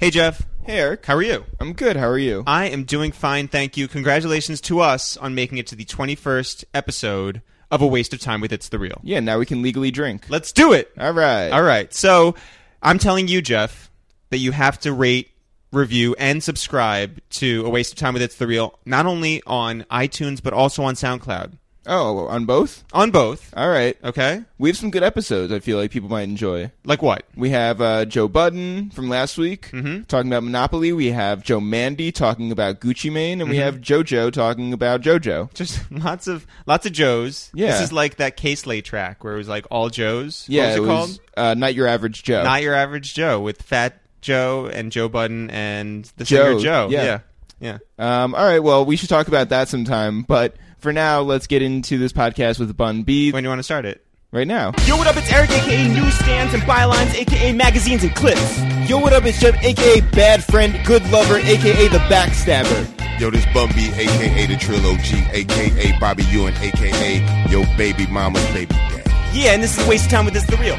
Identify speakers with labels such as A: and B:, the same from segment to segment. A: Hey, Jeff.
B: Hey, Eric.
A: How are you?
B: I'm good. How are
C: Uh,
B: you?
A: I am doing fine, thank you. Congratulations to us on making it to the 21st episode of A Waste of Time with It's the Real.
B: yeah, now we can legally drink.
A: Let's do it.
B: All right.
A: All right. So I'm telling you, Jeff, that you have to rate, review, and subscribe to A Waste of Time with It's the Real, not only on iTunes, but also on SoundCloud.
B: Oh, on both?
A: On both.
B: All right.
C: Uh,
A: Okay?
B: We have some good episodes I feel like people might enjoy.
A: Like what?
B: We have uh, Joe Budden from last week
C: Mm-hmm.
B: talking about Monopoly. We have Joe Mandy talking about Gucci Mane. And we
C: Mm-hmm.
B: have JoJo talking about JoJo.
A: Just lots of lots of Joes.
B: Yeah.
A: This is like that Case Lay track where it was like all Joes.
B: Yeah,
A: what was it,
B: it
A: called?
B: was uh, Not Your Average Joe.
A: Not Your Average Joe with Fat Joe and Joe Budden and the
B: Joe,
A: singer Joe.
B: yeah.
A: yeah. Yeah.
B: Um, all right, well, we should talk about that sometime. But for now, let's get into this podcast with Bun B
A: When do you want to start it?
B: right now.
C: Yo, what up? It's Eric, aka Newsstands and Bylines, aka Magazines and Clips. Yo, what up? It's Jeff, aka Bad Friend, Good Lover, aka The Backstabber.
D: Yo, this Bumby, aka the Trilogy, aka Bobby Ewan, aka Yo Baby Mama's Baby Dad.
C: Yeah, and this is a waste of time with this the real.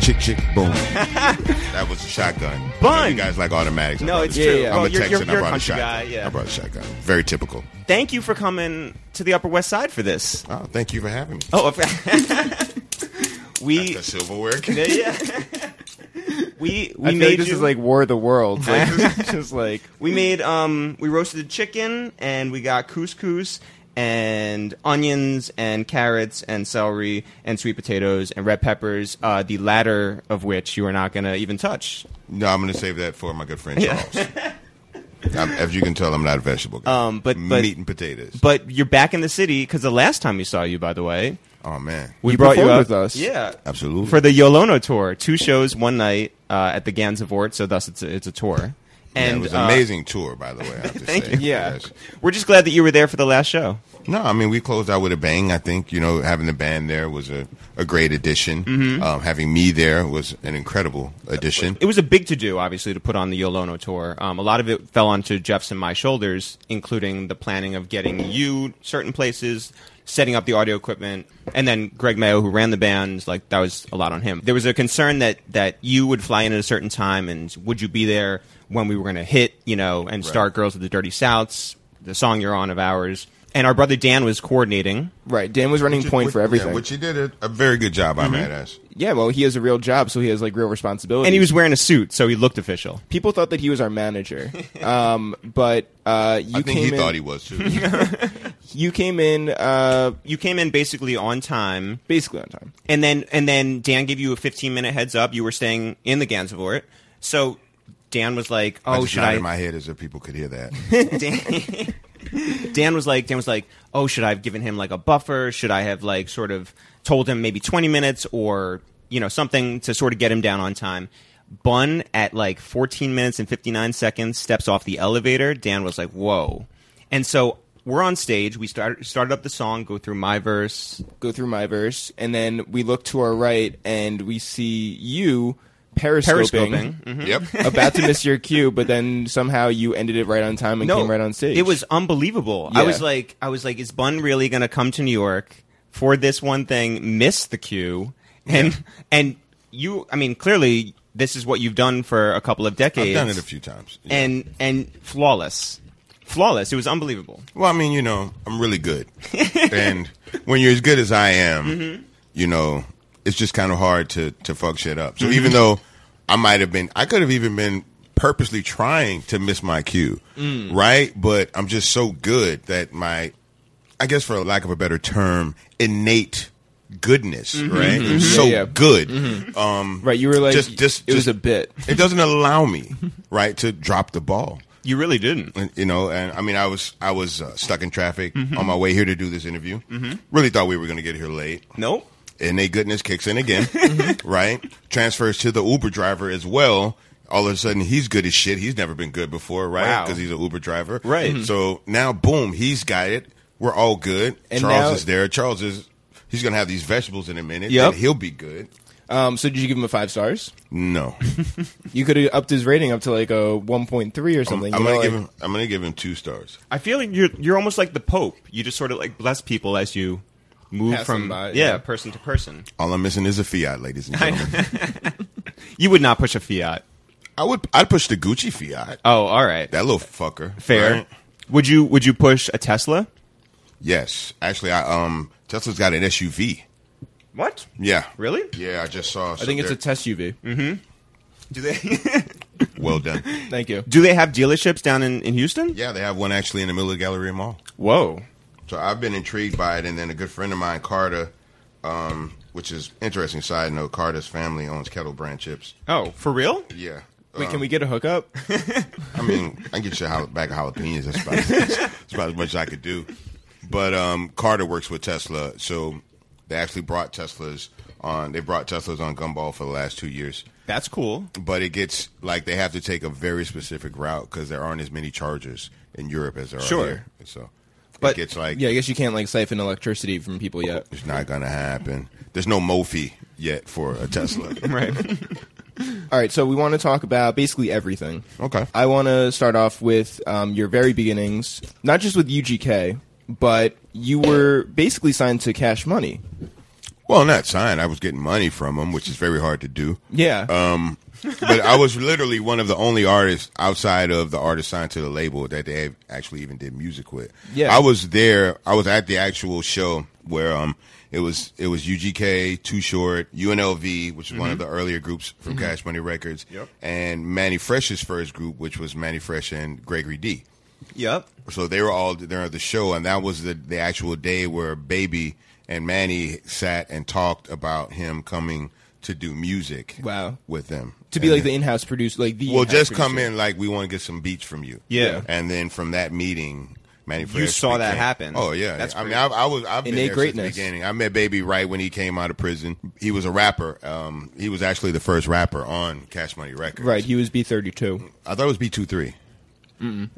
D: Chick, chick, boom. that was a shotgun.
A: Bun.
D: You guys like automatics. I
A: No,
D: brought
A: it's
D: a-
A: true.
D: I'm
A: Well,
D: a
A: you're-
D: Texan.
A: you're- you're a
D: I brought a
A: country
D: shotgun.
A: guy, yeah.
D: I brought a shotgun. Very typical.
C: Thank you for coming to the Upper West Side for this.
D: Oh, thank you for having me.
C: Oh, we
D: The silverware.
C: yeah. we we
B: I feel
C: made
B: like this
C: you-
B: is like War of the Worlds. Like, just like
C: we made um we roasted chicken and we got couscous and onions and carrots and celery and sweet potatoes and red peppers. Uh, the latter of which you are not gonna even touch.
D: no, I'm going to save that for my good friend Charles. I'm, as you can tell, I'm not a vegetable guy.
C: Um, but- but-
D: meat and potatoes.
C: But you're back in the city because the last time we saw you, by the way,
D: oh man,
C: we
B: You
C: brought you
B: performed
C: up
B: with us.
C: Yeah,
D: absolutely.
C: for the Yolono tour, two shows, one night uh, at the Gansevoort. So thus, it's a, it's a tour.
D: Yeah,
C: And
D: it was an
C: uh,
D: amazing tour, by the way. I have to
C: Thank
D: say.
C: you.
B: Yeah.
D: Yes.
C: we're just glad that you were there for the last show.
D: No, I mean we closed out with a bang. I think you know having the band there was a, a great addition. Um, having me there was an incredible addition.
C: Mm-hmm. It was a big to do, obviously, to put on the Yolono tour. Um, a lot of it fell onto Jeff's and my shoulders, including the planning of getting you certain places, setting up the audio equipment, and then Greg Mayo, who ran the band, like that was a lot on him. There was a concern that that you would fly in at a certain time, and would you be there when we were going to hit, you know, and start "Girls of the Dirty Souths," the song you're on of ours. And our brother Dan was coordinating.
B: right. Dan was running point
D: Which-
B: for everything.
D: yeah,
B: Yeah,
D: which he did a, a very good job. I
C: Mm-hmm.
D: might ask.
B: well, he has a real job, so he has like real responsibilities.
C: And he was wearing a suit, so he looked official.
B: people thought that he was our manager, um, but uh, you
D: I think
B: came
D: he
B: in,
D: thought he was too.
B: you came in uh,
C: You came in basically on time.
B: basically on time.
C: and then and then Dan gave you a 15 minute heads up. You were staying in the Gansevoort, so Dan was like,
D: I
C: "Oh,
D: just
C: should
D: nodded
C: I?"
D: my head as if people could hear that.
C: Dan, Dan was like, "Dan was like, oh, should I have given him like a buffer? Should I have like sort of told him maybe 20 minutes or you know something to sort of get him down on time?" Bun at like 14 minutes and 59 seconds steps off the elevator. Dan was like, "Whoa!" And so we're on stage. We started started up the song, go through my verse,
B: Go through my verse, and then we look to our right, and we see you periscoping.
C: periscoping.
D: yep.
B: about to miss your cue, but then somehow you ended it right on time and came right on stage.
C: It was unbelievable. I
B: Yeah.
C: was like, I was like, is Bun really going to come to New York for this one thing? Miss the queue, and and you, I mean, clearly this is what you've done for a couple of
D: I've
C: decades.
D: done it a few times. Yeah.
C: and and flawless, flawless. It was unbelievable.
D: Well, I mean, you know, I'm really good. and when you're as good as I am, you know, it's just kind of hard to to fuck shit up. So even though I might have been, I could have even been purposely trying to miss my cue, right? But I'm just so good that my, I guess for lack of a better term, innate goodness, right? I'm so
B: Yeah, yeah.
D: good. Um,
B: right. You were like,
D: just- just-
B: it was
D: just-
B: a bit.
D: It doesn't allow me, right, to drop the ball
C: You really didn't.
D: and, you know and i mean i was i was uh, stuck in traffic
B: Mm-hmm.
D: on my way here to do this interview really thought we were going to get here late
C: Nope.
D: and they goodness kicks in again
B: Mm-hmm.
D: right transfers to the uber driver as well all of a sudden he's good as shit he's never been good before right
C: Wow.
D: because he's an uber driver
C: Right. Mhm.
D: so now boom he's got it we're all good
B: And
D: charles
B: now-
D: is there charles is he's going to have these vegetables in a minute
B: Yep.
D: and he'll be good
B: Um, so did you give him a five stars?
D: no
B: You could have upped his rating up to like a one point three or
D: i'm,
B: something.
D: I'm
B: you know,
D: going to
B: like-
D: give him i'm going to give him two stars
C: I feel like you're you're almost like the Pope. You just sort of like bless people as you move
B: Pass them
C: from
B: by,
C: yeah
B: yeah.
C: person to person.
D: all i'm missing is a fiat ladies and gentlemen
C: You would not push a Fiat.
D: I would. I'd push the Gucci Fiat.
C: Oh, all right.
D: That little fucker.
C: Fair.
D: right?
C: Would you would you push a Tesla?
D: Yes. Actually, I um Tesla's got an SUV.
C: What?
D: Yeah.
C: Really?
D: Yeah, I just saw.
B: I think it's a test UV.
D: Mm.
C: Do they
D: well done.
B: Thank you.
C: do they have dealerships down in, in Houston?
D: Yeah, they have one actually in the middle of Galleria Mall.
C: Whoa.
D: So I've been intrigued by it, and then a good friend of mine, Carter, um, which is interesting side note. Carter's family owns Kettle Brand chips.
C: Oh, for real?
D: Yeah.
B: Wait,
D: Um,
B: can we get a hookup?
D: I mean, I can get you a jal- bag of jalapenos. That's about, that's about as much as I could do. But um, Carter works with Tesla, so they actually brought Teslas on. They brought Teslas on Gumball for the last two years.
C: That's cool.
D: But it gets like they have to take a very specific route because there aren't as many chargers in Europe as there
C: Sure.
D: are here. So
C: But-
D: it gets like
B: yeah, I guess you can't like siphon electricity from people yet.
D: it's not gonna happen. There's no Mophie yet for a Tesla.
C: Right.
B: All right, so we want to talk about basically everything.
D: Okay.
B: I want to start off with um, your very beginnings, not just with UGK, but you were basically signed to Cash Money.
D: Well, not signed. I was getting money from them, which is very hard to do.
B: Yeah.
D: Uh, Um, but I was literally one of the only artists outside of the artist signed to the label that they actually even did music with.
B: Yeah.
D: I was there. I was at the actual show where um it was it was UGK, Too Short, UNLV, which is one of the earlier groups from Cash Money Records,
C: Yep.
D: and Manny Fresh's first group, which was Manny Fresh and Gregory D.
C: yep.
D: So they were all there at the show, and that was the the actual day where Baby and Manny sat and talked about him coming to do music.
B: Wow.
D: with them
B: to be
D: And
B: like the in-house producer, like the
D: well,
B: in-house
D: just come
B: producer.
D: in like we want to get some beats from you.
C: Yeah.
D: and then from that meeting, Manny Fresh
C: saw that
D: became-
C: happen.
D: Oh yeah,
C: That's
D: I mean,
C: pretty-
D: I, I was I've been
B: Innate
D: there
B: greatness.
D: since the beginning. I met Baby right when he came out of prison. He was a rapper. Um, he was actually the first rapper on Cash Money Records.
B: Right, he was B thirty two.
D: I thought it was B two three.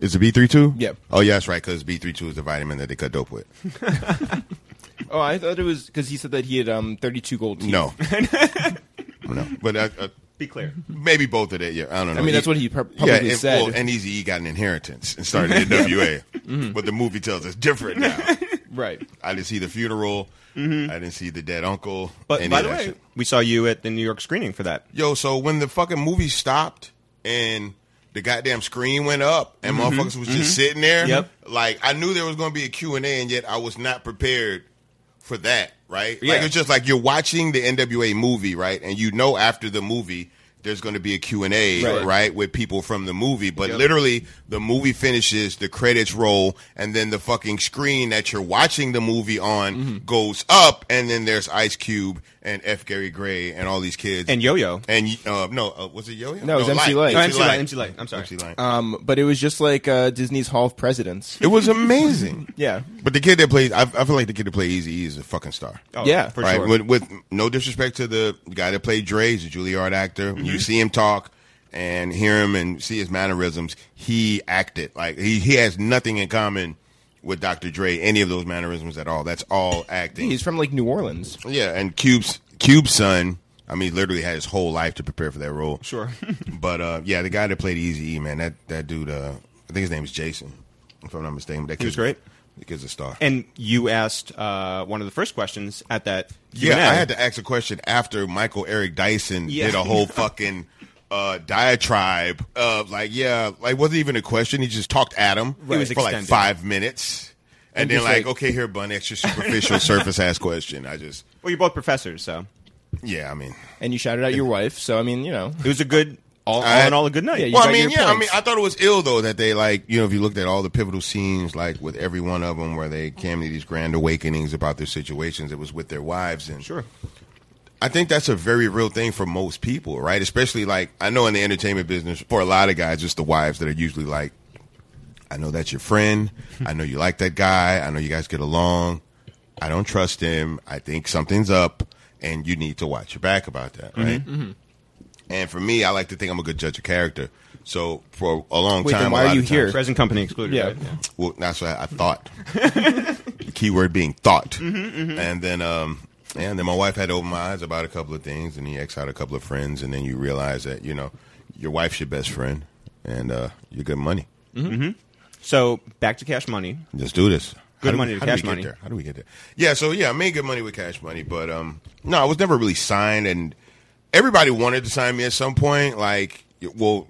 D: Is it B three two?
B: Yep.
D: Oh yeah, that's right. Because B three two is the vitamin that they cut dope with.
B: Oh, I thought it was because he said that he had um thirty two gold teeth.
D: No. no. But uh, uh,
C: Be clear.
D: maybe both of that. Yeah, I don't know.
B: I mean that's what he pr- probably
D: and,
B: said.
D: Well, and Easy E got an inheritance and started at WA. But the movie tells us different now.
B: right.
D: I didn't see the funeral. I didn't see the dead uncle.
C: But
D: any
C: by
D: of
C: the
D: that
C: way,
D: shit.
C: we saw you at the New York screening for that.
D: yo, so when the fucking movie stopped and the goddamn screen went up and motherfuckers was just sitting there,
C: Mm-hmm. Yep.
D: like I knew there was going to be a Q and A, and yet I was not prepared for that. Right?
C: Yeah.
D: Like it's just like you're watching the NWA movie, right? And you know after the movie. There's going to be a Q&A,
B: Right.
D: right. with people from the movie. But literally, the movie finishes, the credits roll, and then the fucking screen that you're watching the movie on
C: Mm-hmm.
D: goes up, and then there's Ice Cube and F. Gary Gray and all these kids.
C: And Yo Yo.
D: And uh, no, uh, was it Yo Yo?
B: No, it was MC Lyte.
C: Oh,
B: MC
C: MC Light. MC Light. I'm sorry.
D: MC Lyte.
B: Um, but it was just like uh, Disney's Hall of Presidents.
D: It was amazing.
B: Yeah.
D: But the kid that played, I, I feel like the kid that played Easy E is a fucking star.
C: Oh,
B: Yeah.
C: For
D: right?
C: sure.
D: With, with no disrespect to the guy that played Dre, he's a Juilliard actor. When
C: Mm-hmm.
D: you see him talk and hear him and see his mannerisms, he acted like he, he has nothing in common with Dr. Dre, any of those mannerisms at all. That's all acting.
B: He's from like New Orleans.
D: Yeah, and Cube's Cube's son. I mean, literally had his whole life to prepare for that role.
C: Sure.
D: but uh, yeah, the guy that played Easy E, man, that that dude. Uh, I think his name is Jason, if I'm not mistaken. That
C: He was
D: kid's-
C: great.
D: That kid's a star.
C: and you asked uh, one of the first questions at that.
D: yeah,
C: Q&A.
D: I had to ask a question after Michael Eric Dyson
C: Yeah.
D: did a whole fucking uh, diatribe of like, yeah, like wasn't even a question. He just talked at him
C: It was
D: for like
C: extended.
D: five minutes. And, then,
B: just
D: like,
B: like-
D: okay, here, bun, extra superficial surface ass question. I just,
C: Well, you're both professors, so
D: yeah, I mean,
B: And you shouted out your wife, so I mean, you know.
C: it was a good, all, all
D: I-
C: in all, a good night.
B: Yeah, you
D: well,
B: got
D: I mean,
B: your
D: yeah, I
B: points.
D: mean, I thought it was ill though that they like, you know, if you looked at all the pivotal scenes, like with every one of them where they came to these grand awakenings about their situations, it was with their wives, and
C: Sure.
D: I think that's a very real thing for most people, right? Especially like I know in the entertainment business, for a lot of guys, it's the wives that are usually like, I know that's your friend,
B: Hmm.
D: I know you like that guy, I know you guys get along, I don't trust him, I think something's up, and you need to watch your back about that, right?
B: Mm-hmm.
D: And for me, I like to think I'm a good judge of character. So for a long
B: Wait, then
D: time,
B: why
D: a
B: are
D: lot
B: you
D: of
B: here?
D: times-
C: Present company excluded.
B: Yeah.
C: right?
D: well, that's what I, I thought. the key word being thought. And then, um, and then my wife had to open my eyes about a couple of things, and he X out a couple of friends, and then you realize that you know your wife's your best friend, and uh, you good money.
C: So back to cash money.
D: Let's do this.
C: Good
D: How do we-
C: money to
D: how do we
C: cash
D: get
C: money.
D: there? How do we get there? Yeah, so yeah, I made good money with cash money, but um, no, I was never really signed, and everybody wanted to sign me at some point. Like, well,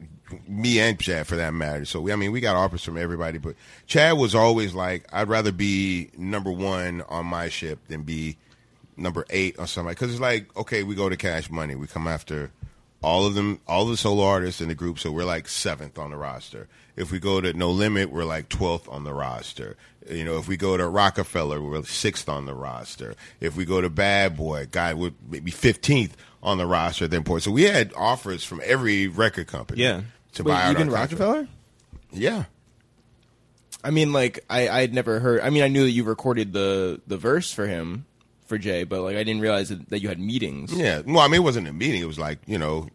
D: me and Chad for that matter. So we, I mean, we got offers from everybody, but Chad was always like, I'd rather be number one on my ship than be number eight on somebody. Because it's like, okay, we go to Cash Money, we come after all of them, all the solo artists in the group, so we're like seventh on the roster. If we go to No Limit, we're like twelfth on the roster. You know, if we go to Rockefeller, we're sixth on the roster. If we go to Bad Boy, God, we're maybe fifteenth on the roster at that point. So we had offers from every record company.
C: Yeah.
D: to buy
B: Wait,
D: out
B: even
D: our contract.
B: Rockefeller?
D: Yeah.
B: I mean, like I I'd never heard. I mean, I knew that you recorded the the verse for him for Jay, but like I didn't realize that, that you had meetings.
D: Yeah. Well, I mean, it wasn't a meeting. It was like, you know,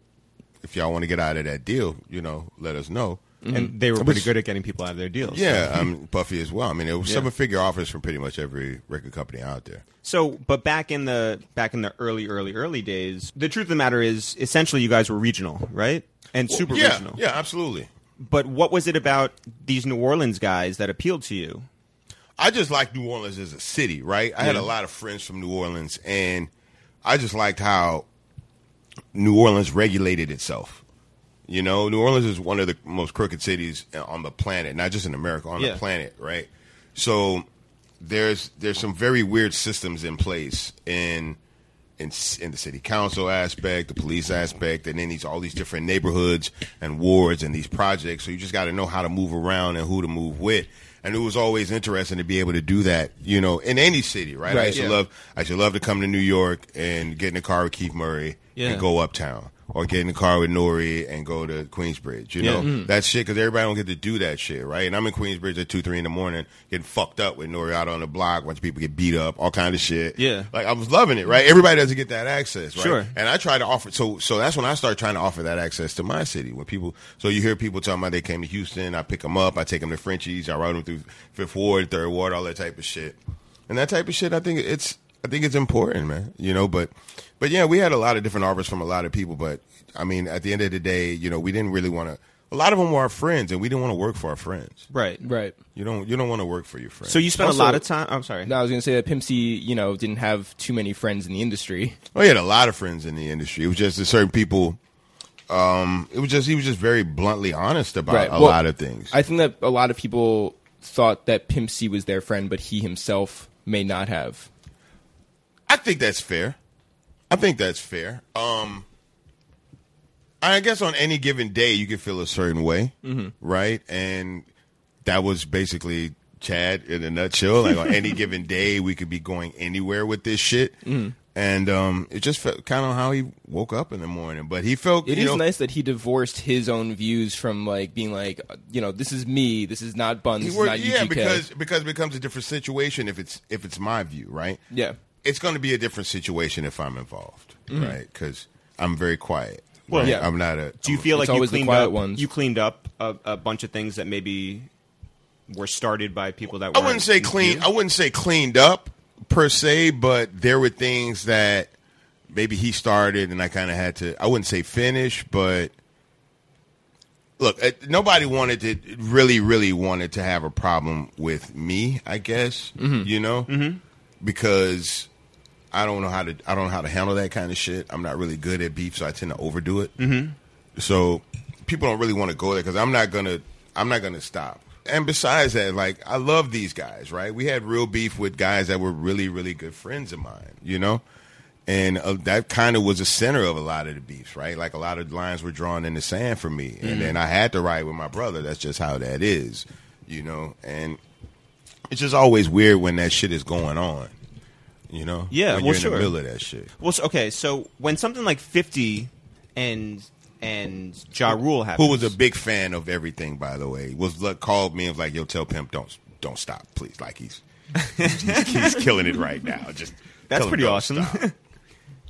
D: if y'all want to get out of that deal, you know, let us know.
B: Mm-hmm.
C: and they were pretty good at getting people out of their deals.
D: Yeah, um, Buffy as well. I mean, it was seven figure offers from pretty much every record company out there.
C: So, but back in the back in the early, early, early days, the truth of the matter is, essentially, you guys were regional, right? And super
D: yeah,
C: regional.
D: yeah, absolutely.
C: But what was it about these New Orleans guys that appealed to you?
D: I just liked New Orleans as a city, right? I had a lot of friends from New Orleans, and I just liked how New Orleans regulated itself. You know, New Orleans is one of the most crooked cities on the planet, not just in America, on
C: Yeah.
D: the planet, right? So there's there's some very weird systems in place in in s- in the city council aspect, the police aspect, and then these all these different neighborhoods and wards and these projects. So you just got to know how to move around and who to move with. And it was always interesting to be able to do that, you know, in any city, right? I
B: Right,
D: used
B: yeah.
D: to love I used to love to come to New York and get in the car with Keith Murray
C: Yeah.
D: and go uptown. Or get in the car with Nori and go to Queensbridge, you
C: Yeah. Mm.
D: know that shit because everybody don't get to do that shit, right? And I'm in Queensbridge at two, three in the morning, getting fucked up with Nori out on the block, bunch of people get beat up, all kind of shit.
C: Yeah.
D: like I was loving it, right? Everybody doesn't get that access, right?
C: Sure.
D: And I try to offer so so that's when I started trying to offer that access to my city. When people so you hear people talking about they came to Houston, I pick them up, I take them to Frenchies, I ride them through Fifth Ward, Third Ward, all that type of shit. And that type of shit, I think it's I think it's important, man. You know, but but yeah, we had a lot of different offers from a lot of people, but I mean, at the end of the day, you know, we didn't really want to. A lot of them were our friends, and we didn't want to work for our friends.
C: Right.
B: Right.
D: You don't you don't want to work for your friends.
C: So you spent a
B: Also-
C: lot of time. I'm sorry.
B: No, I was gonna say that Pimp C, you know, didn't have too many friends in the industry.
D: Well, he had a lot of friends in the industry. It was just that certain people. Um, it was just he was just very bluntly honest about
B: Right,
D: a
B: well,
D: lot of things.
B: I think that a lot of people thought that Pimp C was their friend, but he himself may not have.
D: I think that's fair. I think that's fair. Um, I guess on any given day you can feel a certain way,
B: Mm-hmm.
D: right? And that was basically Chad in a nutshell. Like on any given day, we could be going anywhere with this shit.
B: Mm-hmm.
D: And um, it just felt kind of how he woke up in the morning. But he felt
B: It is
D: you know,
B: nice that he divorced his own views from like being like, you know, this is me, this is not Buns,
D: He
B: this is
D: wor-
B: not UGK.
D: yeah, because because it becomes a different situation if it's if it's my view, right?
B: yeah,
D: it's going to be a different situation if I'm involved,
B: Mm-hmm.
D: right? right? Because I'm very quiet. Well,
B: yeah.
D: I'm not a.
C: Do you feel like
B: It's
C: you
B: always the
C: cleaned
B: quiet
C: up?
B: ones.
C: You cleaned up a, a bunch of things that maybe were started by people that
D: I
C: were
D: wouldn't say clean. I wouldn't say cleaned up per se, but there were things that maybe he started, and I kind of had to. I wouldn't say finish, but look, uh, nobody wanted to really, really wanted to have a problem with me. I guess you know because. I don't know how to I don't know how to handle that kind of shit. I'm not really good at beef, so I tend to overdo it. So people don't really want to go there because I'm not gonna I'm not gonna stop. And besides that, like I love these guys, right? We had real beef with guys that were really really good friends of mine, you know. And uh, that kind of was the center of a lot of the beefs, right? Like a lot of lines were drawn in the sand for me,
C: Mm-hmm.
D: and then I had to ride with my brother. That's just how that is, you know. And it's just always weird when that shit is going on, you know.
C: Yeah,
D: when
C: well,
D: you're in
C: sure.
D: the middle of that shit.
C: Well, so- okay. So when something like Fifty and and Ja Rule happens,
D: who was a big fan of everything, by the way, was like, called me and was like, "Yo, tell Pimp, don't don't stop, please." Like he's he's, he's killing it right now. Just
C: That's
D: tell him,
C: pretty
D: "Don't
C: awesome."
D: stop."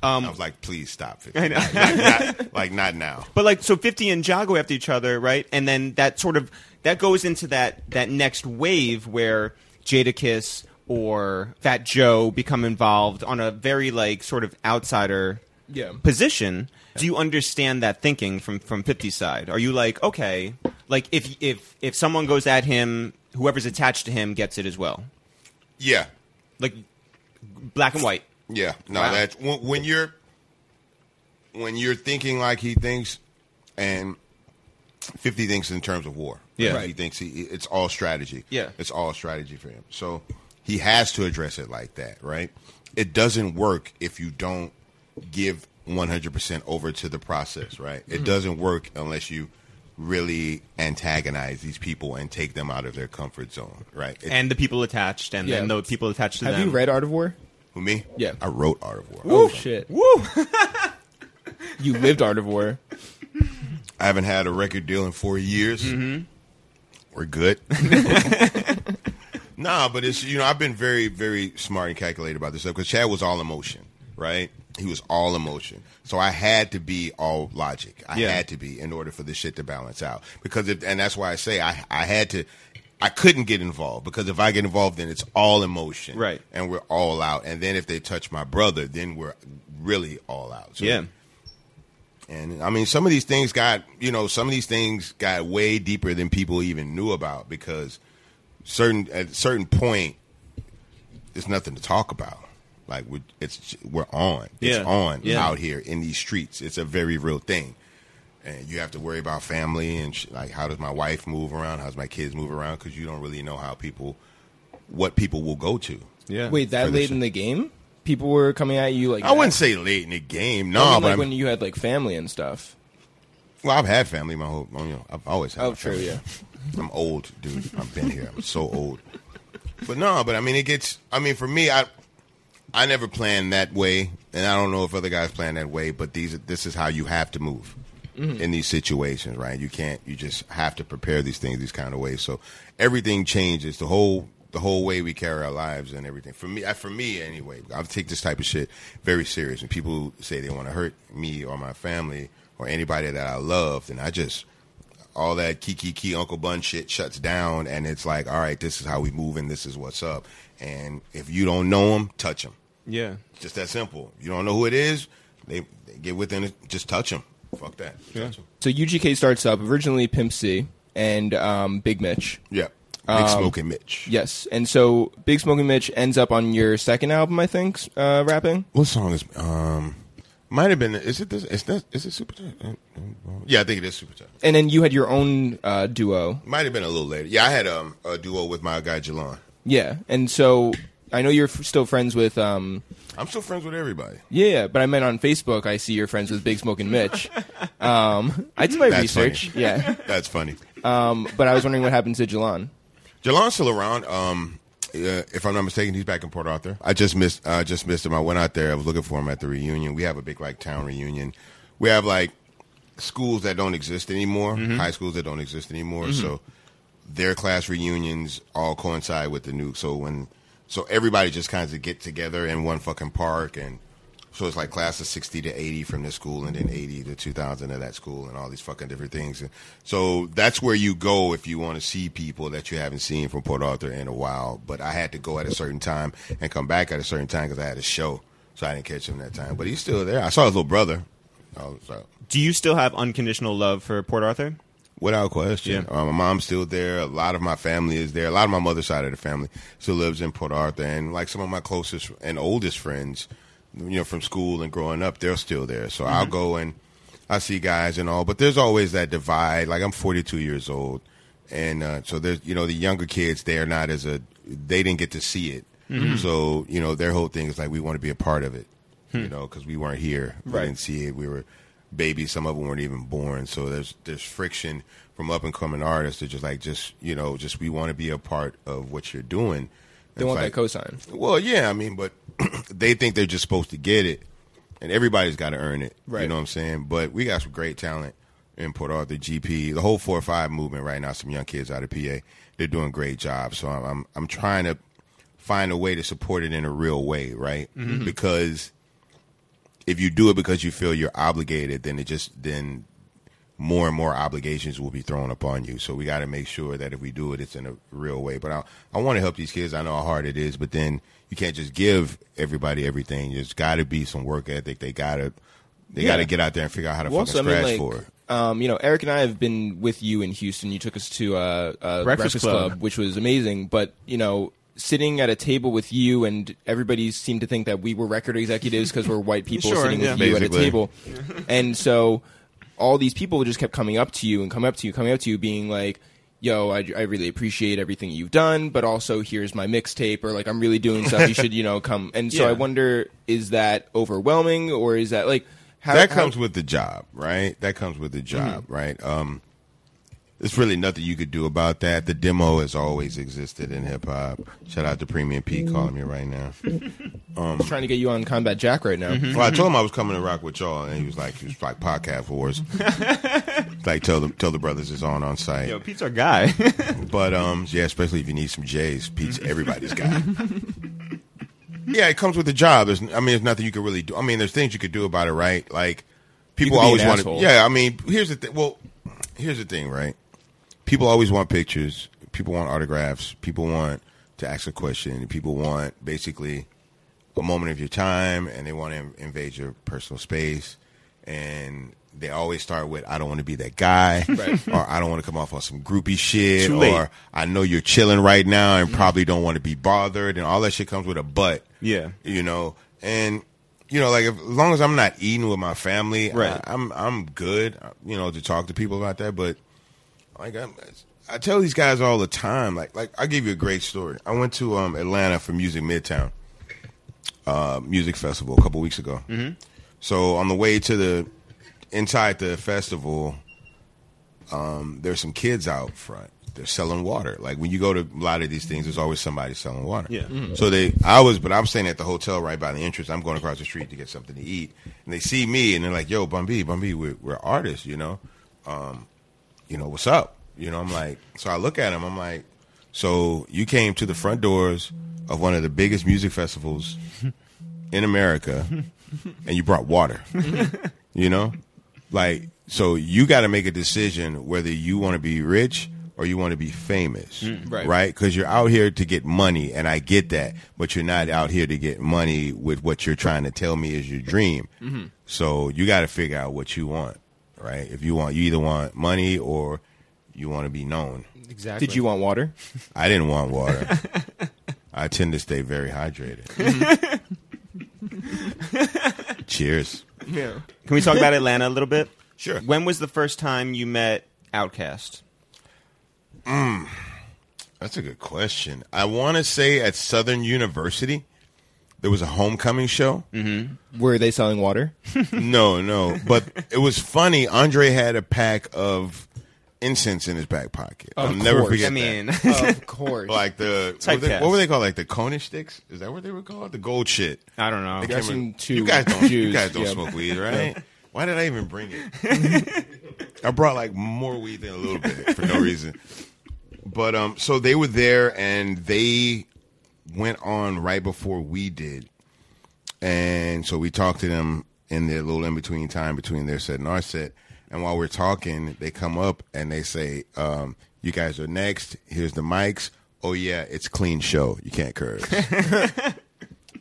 D: I was like, "Please stop it." Like, not, like not now.
C: But like so 50 and Jago after each other, right? And then that sort of that goes into that that next wave where Jadakiss or Fat Joe become involved on a very like sort of outsider
B: Yeah.
C: position. Do you understand that thinking from from 50's side? Are you like, okay, like if if if someone goes at him, whoever's attached to him gets it as well.
D: Yeah,
C: Like black and white.
D: yeah. No,
C: Wow.
D: that's when, when you're when you're thinking like he thinks, and Fifty thinks in terms of war.
C: Yeah.
D: he thinks he it's all strategy.
C: Yeah.
D: it's all strategy for him. So he has to address it like that, right? It doesn't work if you don't give 100% over to the process, right?
C: Mm-hmm.
D: It doesn't work unless you really antagonize these people and take them out of their comfort zone, right? It-
C: and the people attached, and then
B: Yeah.
C: the people attached to
B: Have
C: them.
B: you read Art of War?
D: Who, me?
B: Yeah.
D: I wrote Art of War.
B: Oh shit! Woo! you lived Art of War.
D: I haven't had a record deal in four years. Mm-hmm. We're good. nah, but it's you know I've been very very smart and calculated about this stuff because Chad was all emotion, right? He was all emotion, so I had to be all logic. I
C: Yeah.
D: had to be in order for this shit to balance out because if and that's why I say I I had to. I couldn't get involved because if I get involved, then it's all emotion,
C: Right.
D: And we're all out. And then if they touch my brother, then we're really all out. So
C: Yeah.
D: and I mean, some of these things got, you know, some of these things got way deeper than people even knew about because certain at a certain point, there's nothing to talk about. Like we're, it's we're on, it's
C: Yeah.
D: on
C: Yeah.
D: out here in these streets. It's a very real thing, and you have to worry about family and sh- like how does my wife move around? How's my kids move around? Because you don't really know how people, what people will go to.
C: Yeah.
B: Wait,
D: For
B: that
D: the
B: late
D: shit.
B: in the game, people were coming at you like
D: I wouldn't say late in the game, no,
B: I mean,
D: but
B: like
D: I'm-
B: when you had like family and stuff.
D: Well, I've had family my whole. You know, I've always had.
B: Oh,
D: my
B: true,
D: family.
B: yeah.
D: I'm old, dude. I've been here. I'm so old. But no, but I mean, it gets. I mean, for me, I, I never planned that way, and I don't know if other guys plan that way. But these, this is how you have to move in these situations, right? You can't. You just have to prepare these things these kind of ways. So everything changes. The whole. The whole way we carry our lives and everything. For me, I- for me anyway, I take this type of shit very serious. And people say they want to hurt me or my family or anybody that I love, and I just all that kiki key uncle bun shit shuts down and it's like all right this is how we move and this is what's up and if you don't know them touch them
C: Yeah.
D: just that simple you don't know who it is they, they get within it just touch them fuck that yeah, touch 'em.
B: So UGK starts up originally Pimp C and um, Big Mitch.
D: yeah. big smoke and mitch
B: Yes, and so Big Smoking Mitch ends up on your second album, I think, s- uh, rapping.
D: what song is um might have been is it this is that is it super Tough? yeah i think it is super Tough.
B: And then you had your own uh, duo.
D: might have been a little later yeah i had um, a duo with my guy Jalon.
B: Yeah, and so I know you're f- still friends with. Um,
D: i'm still friends with everybody
B: yeah, but I meant on Facebook, I see you're friends with Big Smoking Mitch. Um, I did my
D: That's
B: research.
D: funny.
B: Yeah,
D: that's funny
B: um, but I was wondering what happened to Jalon.
D: Jalon's still around. Um, uh, if I'm not mistaken, he's back in Port Arthur. I just missed. I just missed him. I went out there. I was looking for him at the reunion. We have a big like town reunion. We have like schools that don't exist anymore, high schools that don't exist anymore. So their class reunions all coincide with the new. So when so everybody just kind of get together in one fucking park, and so it's like class of sixty to eighty from this school, and then eighty to two thousand of that school, and all these fucking different things. And so that's where you go if you want to see people that you haven't seen from Port Arthur in a while. But I had to go at a certain time and come back at a certain time because I had a show, so I didn't catch him that time. But he's still there. I saw his little brother. I was like,
C: Do you still have unconditional love for Port Arthur?
D: Without question.
C: Yeah.
D: Uh, my mom's still there. A lot of my family is there. A lot of my mother's side of the family still lives in Port Arthur. And like some of my closest and oldest friends, you know, from school and growing up, they're still there. So I'll go and I see guys and all. But there's always that divide. Like I'm 42 years old. And uh, so there's, you know, the younger kids, they're not as a, they didn't get to see it. So, you know, their whole thing is like, we want to be a part of it, you know, because we weren't here. We
B: Right.
D: didn't see it. We were babies. Some of them weren't even born. So there's there's friction from up and coming artists. They're just like, just you know, just we want to be a part of what you're doing.
B: They want that cosign.
D: Well, yeah, I mean, but they think they're just supposed to get it, and everybody's got to earn it. You
B: Right.
D: know what I'm saying? But we got some great talent in Port Arthur, GP, the whole four or five movement right now. Some young kids out of PA, they're doing great jobs. So I'm I'm, I'm trying to find a way to support it in a real way, right? Because if you do it because you feel you're obligated, then it just then more and more obligations will be thrown upon you. So we got to make sure that if we do it, it's in a real way. But I, I want to help these kids. I know how hard it is, but then you can't just give everybody everything. There's got to be some work ethic. They got to, they got to
B: Yeah.
D: get out there and figure out how to
B: Well,
D: fucking
B: also, I
D: scratch
B: mean,
D: for.
B: like,
D: it.
B: um, you know, Eric and I have been with you in Houston. You took us to uh, uh,
C: Breakfast Club.
B: which was amazing. But you know, sitting at a table with you, and everybody seemed to think that we were record executives because we're white people
C: Sure,
B: sitting
C: yeah.
B: with you at a
D: Basically.
B: table, and so all these people just kept coming up to you and coming up to you, coming up to you, being like. Yo, I, I really appreciate everything you've done, but also here's my mixtape, or like I'm really doing stuff. You should, you know, come. And so
C: Yeah.
B: I wonder, is that overwhelming, or is that like how
D: that
B: how- Mm-hmm.
D: comes with the job, right? That comes with the job, right? Um, there's really nothing you could do about that. The demo has always existed in hip hop. Shout out to Premium P
B: Mm-hmm.
D: calling me right now.
B: trying to get you on Combat Jack right now.
D: Well, I told him I was coming to rock with y'all, and he was like, he was like podcast wars. like tell the tell the brothers it's on on site.
C: Yo, Pete's our guy.
D: But um, yeah, especially if you need some J's, Pete's everybody's guy. yeah, it comes with the job. There's, I mean, there's nothing you could really do. I mean, there's things you could do about it, right? Like people
B: could be
D: always
B: an
D: want.
B: asshole.
D: To, yeah, I mean, here's the thing. Well, here's the thing, right? People always want pictures. People want autographs. People want to ask a question. People want basically a moment of your time, and they want to in- invade your personal space. And they always start with, "I don't want to be that guy,"
B: Right.
D: or "I don't want to come off on some groupie shit,"
C: Too late. Mm-hmm.
D: or "I know you're chilling right now and probably don't want to be bothered," and all that shit comes with a but
C: yeah.
D: you know and you know like if, as long as i'm not eating with my family
C: Right.
D: I, i'm i'm good uh, you know to talk to people about that but like I'm, i tell these guys all the time like like i'll give you a great story i went to um atlanta for music midtown uh music festival a couple weeks ago mm-hmm. so on the way to the inside the festival um there's some kids out front they're selling water like when you go to a lot of these things there's always somebody selling water
C: Yeah.
D: so they, I was, but I'm staying at the hotel right by the entrance. I'm going across the street to get something to eat, and they see me, and they're like, "Yo, Bumby, Bumby, we're, we're artists, you know, um, you know, what's up?" You know, I'm like, so I look at him, I'm like, so you came to the front doors of one of the biggest music festivals in America, and you brought water, you know, like, so you got to make a decision whether you want to be rich or you want to be famous,
B: right.
D: right? right? Because you're out here to get money, and I get that, but you're not out here to get money with what you're trying to tell me is your dream. So you got to figure out what you want, right? If you want, you either want money or you want to be known.
B: Exactly. Did you want water?
D: I didn't want water. I tend to stay very hydrated. Cheers.
B: Yeah.
C: Can we talk about Atlanta a little bit?
D: Sure.
C: When was the first time you met Outcast?
D: That's a good question. I want to say at Southern University, there was a homecoming show.
B: Were they selling water?
C: Mm-hmm.
D: No, no. But it was funny. Andre had a pack of incense in his back pocket. I'll
B: Of
D: never
B: course.
D: forget.
C: I mean,
B: of course.
D: that. like the what, were they,
C: Typecast.
D: what were they called? Like the Konish sticks? Is that what they were called? The gold shit.
C: I don't know.
D: I
B: They
D: can't
B: got some
D: remember.
B: two
D: you guys don't, you
B: Jews,
D: guys don't
B: yeah.
D: smoke weed, right? Why did I even bring it? I brought like more weed than a little bit for no reason. But um, so they were there and they went on right before we did, and so we talked to them in their little in between time between their set and our set. And while we're talking, they come up and they say, um, "You guys are next. Here's the mics. Oh yeah, it's clean show. You can't curse."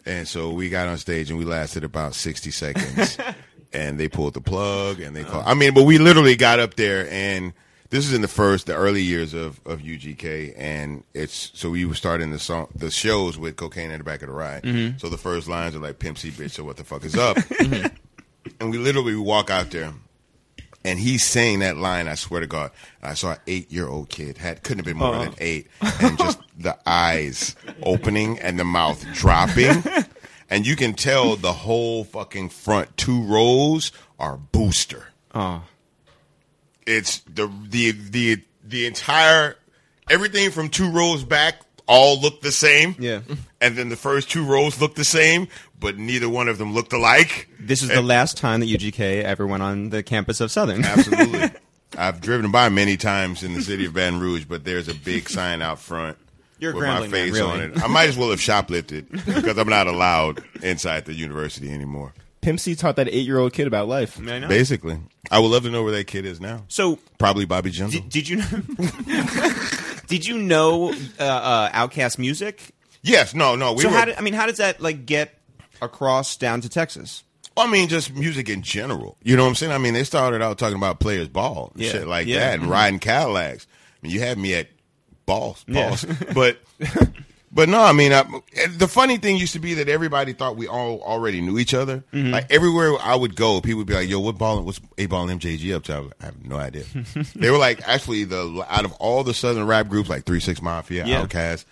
D: And so we got on stage and we lasted about 60 seconds. and they pulled the plug and they called. I mean, but we literally got up there and this is in the first, the early years of, of UGK. And it's, so we were starting the song, the shows with cocaine in the back of the ride. So the first lines are like Pimp C bitch. So what the fuck is up? and we literally walk out there and he's saying that line. I swear to God, I saw an eight-year-old kid had couldn't have been more than eight, and just the eyes opening and the mouth dropping, and you can tell the whole fucking front two rows are booster.
C: Oh.
D: It's the the the the entire everything from two rows back all looked the same.
C: Yeah.
D: and then the first two rows looked the same, but neither one of them looked alike.
C: This is the last time that UGK ever went on the campus of Southern.
D: Absolutely. I've driven by many times in the city of Baton Rouge, but there's a big sign out front
C: You're a
D: with my
C: Grambling man,
D: face
C: really.
D: on it. I might as well have shoplifted because I'm not allowed inside the university anymore.
B: Pimp C taught that eight-year-old kid about life.
C: I know.
D: Basically, I would love to know where that kid is now.
C: So,
D: Probably Bobby Jindal.
C: did, did you know? did you know uh, uh, Outcast music?
D: yes, no, no. We
C: so,
D: were,
C: how did, I mean, how does that like get across down to Texas?
D: I mean, just music in general. You know what I'm saying? I mean, they started out talking about players ball and
C: Yeah.
D: shit like
C: Yeah. Mm-hmm.
D: that and riding Cadillacs. I mean, you had me at balls,
C: Yeah.
D: balls. but But no, I mean, I, the funny thing used to be that everybody thought we all already knew each other. Like everywhere I would go, people would be like, "Yo, what ball? What's a ball MJG up to?" I, was like, I have no idea. they were like, actually, the out of all the southern rap groups, like Three Six Mafia,
A: Yeah.
D: Outkast,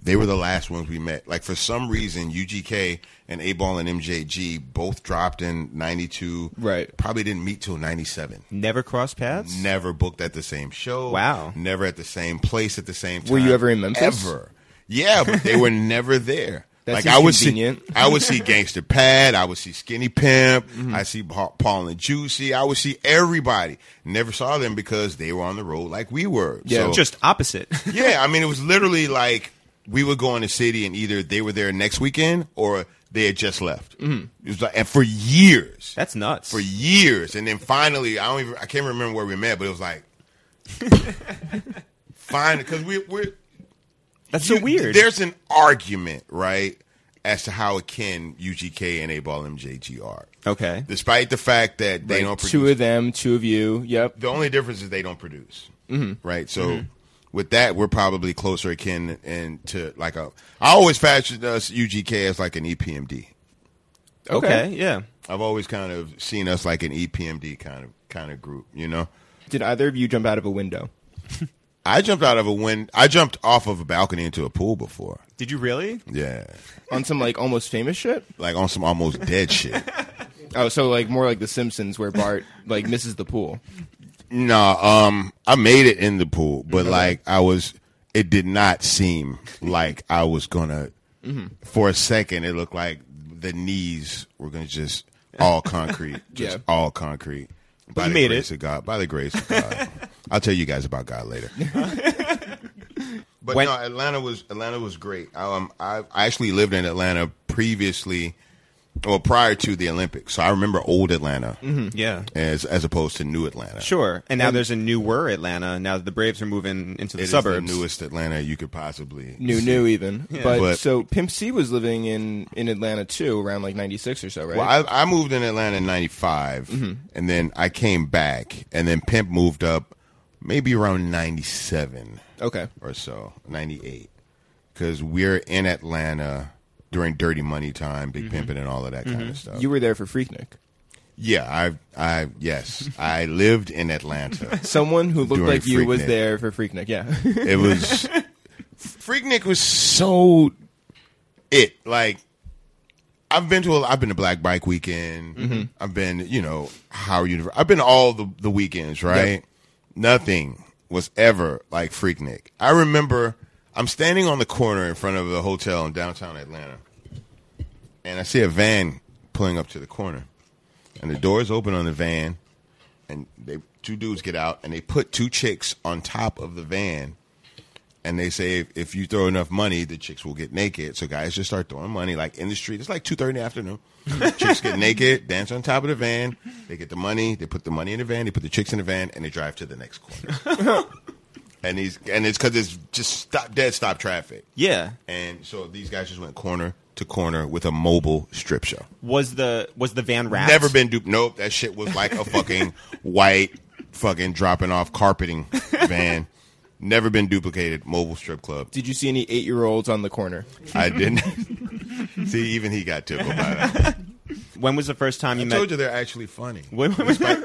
D: they were the last ones we met. Like for some reason, UGK and A Ball and MJG both dropped in '92.
B: Right.
D: probably didn't meet till '97.
A: Never crossed paths.
D: Never booked at the same show.
A: Wow.
D: Never at the same place at the same time.
B: Were you ever in Memphis?
D: Ever. Yeah, but they were never there.
B: That
D: like
B: seems
D: I would
B: convenient.
D: see, I would see Gangster Pad, I would see Skinny Pimp,
B: Mm-hmm.
D: I see Pa- Paul and Juicy, I would see everybody. Never saw them because they were on the road like we were.
B: Yeah.
D: so,
A: Just opposite.
D: yeah. I mean, it was literally like we would go in the city and either they were there next weekend or they had just left.
B: Mm-hmm.
D: Mm. It was like and for years
A: That's nuts.
D: for years, and then finally, I don't even I can't remember where we met, but it was like, fine, because we we're
A: That's so
D: you-
A: weird.
D: There's an argument, right, as to how akin UGK and A Ball MJG are,
A: okay.
D: despite the fact that they
B: Like,
D: don't produce.
B: two of them, two of you. Yep.
D: the only difference is they don't produce,
A: Mm-hmm.
D: right? So. With that, we're probably closer akin and to like a. I always fashioned us UGK as like an E EPMD.
A: okay. Yeah.
D: I've always kind of seen us like an E EPMD kind of kind of group, you know.
B: Did either of you jump out of a window?
D: I jumped out of a win. I jumped off of a balcony into a pool before.
A: Did you really?
D: Yeah,
B: On some like almost famous shit?
D: like on some almost dead shit.
B: Oh, so like more like The Simpsons where Bart like misses the pool.
D: Nah, um, I made it in the pool, but like I was, it did not seem like I was gonna. For a second, it looked like the knees were gonna just all concrete, just
B: Yeah.
D: all concrete. By
A: you
D: the
A: made
D: grace
A: it.
D: of God, by the grace of God, I'll tell you guys about God later. But
A: When-
D: no, Atlanta was Atlanta was great. Um, I, I actually lived in Atlanta previously, or prior to the Olympics, so I remember old Atlanta
A: Yeah.
D: as as opposed to new Atlanta.
A: Sure. And now there's a newer Atlanta. Now that the Braves are moving into the
D: It is
A: suburbs.
D: the newest Atlanta you could possibly
B: New, new even. But,
D: But-
B: so Pimp C was living in in Atlanta too, around like '96 or so, right?
D: Well, I, I moved in Atlanta in '95,
B: Mm-hmm.
D: and then I came back, and then Pimp moved up, maybe around '97
B: okay.
D: or so, '98, because we're in Atlanta during Dirty Money time, Big Pimpin', and all of that kind of stuff.
B: Mm-hmm. You were there for Freaknik.
D: yeah, I, I, yes, I lived in Atlanta.
B: Someone who looked
D: During
B: like you was
D: Freaknik.
B: there for Freaknik. Yeah.
D: It was Freaknik was so it like I've been to a, I've been to Black Bike Weekend. I've been you know Howard University. I've been to all the the weekends right. Nothing was ever like Freaknik. I remember I'm standing on the corner in front of the hotel in downtown Atlanta, and I see a van pulling up to the corner, and the doors open on the van, and they two dudes get out and they put two chicks on top of the van and they say if, if you throw enough money, the chicks will get naked. So guys just start throwing money like in the street. It's like two thirty in the afternoon. chicks get naked, dance on top of the van. They get the money. They put the money in the van. They put the chicks in the van, and they drive to the next corner. and these and it's because it's just stop dead stop traffic.
A: Yeah.
D: And so these guys just went corner to corner with a mobile strip show.
A: Was the was the van wrapped?
D: Never been duped. Nope, that shit was like a fucking white fucking dropping off carpeting van. Never been duplicated. Mobile strip club.
B: Did you see any eight year olds on the corner?
D: I didn't. See, even he got tickled by that.
A: When was the first time you
D: I
A: met?
D: told you they're actually funny.
A: When, when was that?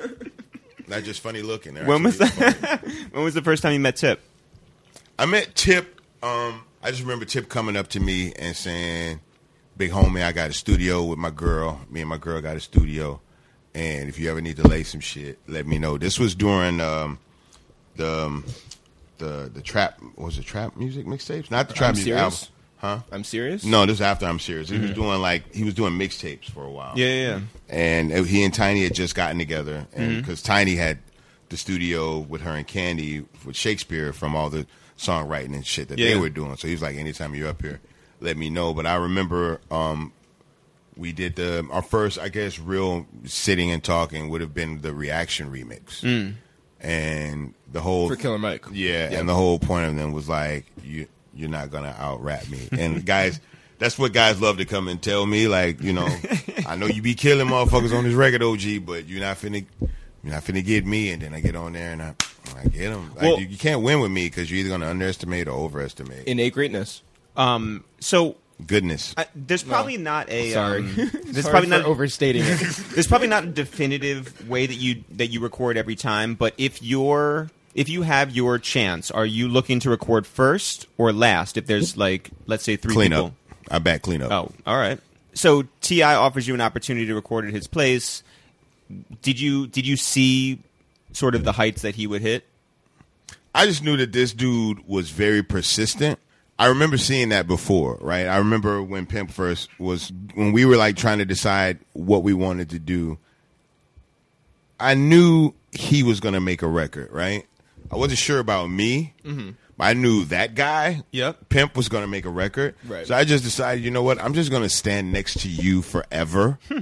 D: Not just funny looking. They're
A: When was
D: actually funny.
A: When was the first time you met Tip?
D: I met Tip. Um, I just remember Tip coming up to me and saying, "Big homie, I got a studio with my girl. Me and my girl got a studio. And if you ever need to lay some shit, let me know." This was during um, the um, the the trap what was it trap music mixtapes, not the trap music
B: serious?
D: album, huh?
B: I'm serious.
D: No, this is after I'm serious. He was doing like he was doing mixtapes for a while.
A: yeah.
D: and he and Tiny had just gotten together, and because Tiny had the studio with her and Candy with Shakespeare from all the songwriting and shit that
A: Yeah.
D: they were doing. So he was like, "Anytime you're up here, let me know." But I remember um, we did the our first, I guess, real sitting and talking would have been the Reaction remix, and the whole
B: For Killer Mike.
D: yeah, and the whole point of them was like, you you're not gonna out rap me. And guys, that's what guys love to come and tell me. Like, you know, I know you be killing motherfuckers on this record, OG, but you're not finna you're not finna get me. And then I get on there and I I get them. Like,
A: Well-
D: you, you can't win with me because you're either gonna underestimate or overestimate.
B: Innate greatness.
C: Um, so
D: Goodness.
C: I, there's probably not a
B: Sorry.
D: Mm.
C: um, there's
B: Sorry
C: probably
B: for
C: not
B: overstating it.
C: there's probably not a definitive way that you that you record every time, but if you're if you have your chance, are you looking to record first or last? If there's like let's say three
D: clean
C: people.
D: up. I bet clean up.
C: Oh, all right. So Ti offers you an opportunity to record at his place. Did you did you see sort of the heights that he would hit?
D: I just knew that this dude was very persistent. I remember seeing that before, right? I remember when Pimp first was when we were like trying to decide what we wanted to do. I knew he was going to make a record, right? I wasn't sure about me. but I knew that guy,
C: Yep.
D: Pimp, was going to make a record.
B: Right.
D: So I just decided, you know what? I'm just going to stand next to you forever,
B: Hmm.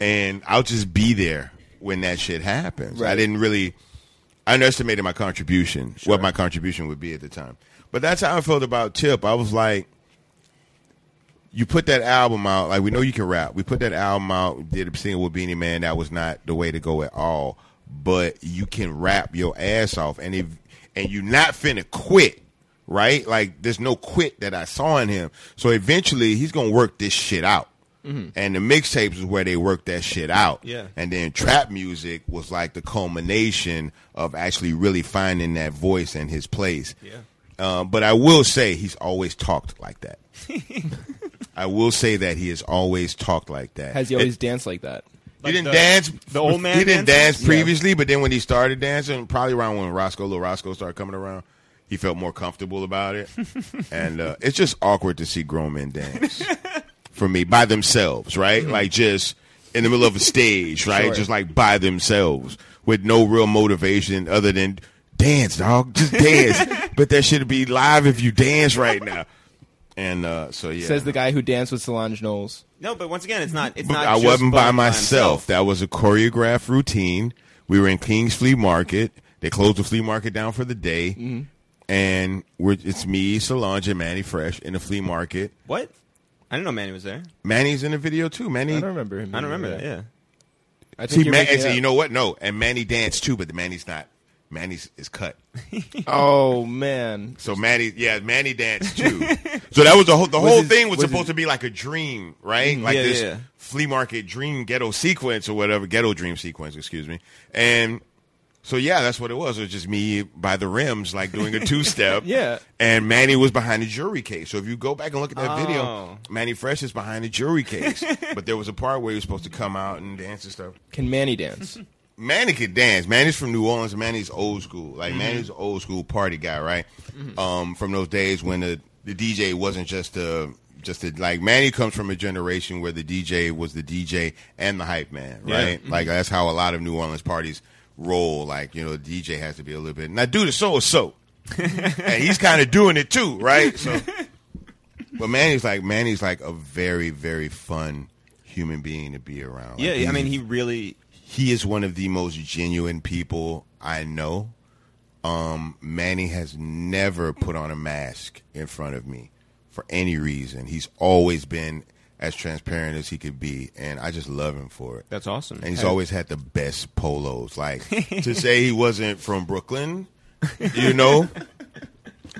D: and I'll just be there when that shit happens. I
B: Right.
D: didn't really. I underestimated my contribution, what my contribution would be at the time. But that's how I felt about Tip. I was like, you put that album out, like we know you can rap. We put that album out, did a single with Beanie Man. That was not the way to go at all. But you can rap your ass off, and if and you not finna quit, right? Like there's no quit that I saw in him. So eventually he's gonna work this shit out. And the mixtapes is where they worked that shit out.
C: Mm-hmm. Yeah.
D: And then trap music was like the culmination of actually really finding that voice and his place.
C: Yeah.
D: Um, but I will say he's always talked like that. I will say that he has always talked like that.
B: Has he always danced like that?
D: he didn't
C: the-
D: dance.
C: the old man
D: He didn't
C: dances?
D: dance previously, but then when he started dancing, probably around when Roscoe, little Roscoe, started coming around, he felt more comfortable about it. and uh, it's just awkward to see grown men dance for me by themselves, right? Like just in the middle of a stage, right?
B: Mm-hmm. Sure.
D: Just like by themselves with no real motivation other than dance, dog, just dance. but that should be live if you dance right now. And uh, so yeah,
B: Says the guy who danced with Solange Knowles.
C: No, but once again, it's not. It's
D: But
C: not.
D: I
C: just
D: wasn't by
C: Bun
D: myself.
C: himself.
D: That was a choreographed routine. We were in King's Flea Market. They closed the flea market down for the day, and we're, it's me, Solange, and Manny Fresh in the flea market.
C: What? I didn't know Manny was there.
D: Manny's in the video too. Manny,
B: I don't remember him.
C: I don't remember that.
B: being there.
C: Yeah.
B: I think
D: see,
B: you're
D: Man,
B: making
D: and
B: it
D: say,
B: up.
D: you know what? No, and Manny danced too, but the Manny's not. Manny's is cut.
B: Oh man,
D: So Manny, yeah, Manny danced too. so that was the whole the whole
B: his-
D: thing was,
B: was
D: supposed
B: his-
D: to be like a dream, right? Like
C: yeah,
D: this
C: yeah.
D: flea market dream ghetto sequence or whatever ghetto dream sequence, excuse me. And so yeah, that's what it was. It was just me by the rims, like doing a two step.
B: Yeah.
D: And Manny was behind the jury case. So if you go back and look at that
C: Oh.
D: video, Manny Fresh is behind the jury case. but there was a part where he was supposed to come out and dance and stuff.
B: can Manny dance?
D: Manny could dance. Manny's from New Orleans. Manny's old school. Like
C: Mm-hmm.
D: Manny's an old school party guy, right? Um, from those days when the, the DJ wasn't just a just a, like Manny comes from a generation where the DJ was the DJ and the hype man,
C: Yeah. Mm-hmm.
D: right? Like that's how a lot of New Orleans parties roll. Like you know, the DJ has to be a little bit. Now, dude is so so, and he's kind of doing it too, right? So, but Manny's like Manny's like a very very fun human being to be around. Like,
C: Yeah. I
D: he's
C: mean, he really.
D: he is one of the most genuine people I know. Um, Manny has never put on a mask in front of me for any reason. He's always been as transparent as he could be, and I just love him for it.
C: That's awesome.
D: And he's always had the best polos. Like to say he wasn't from Brooklyn, you know,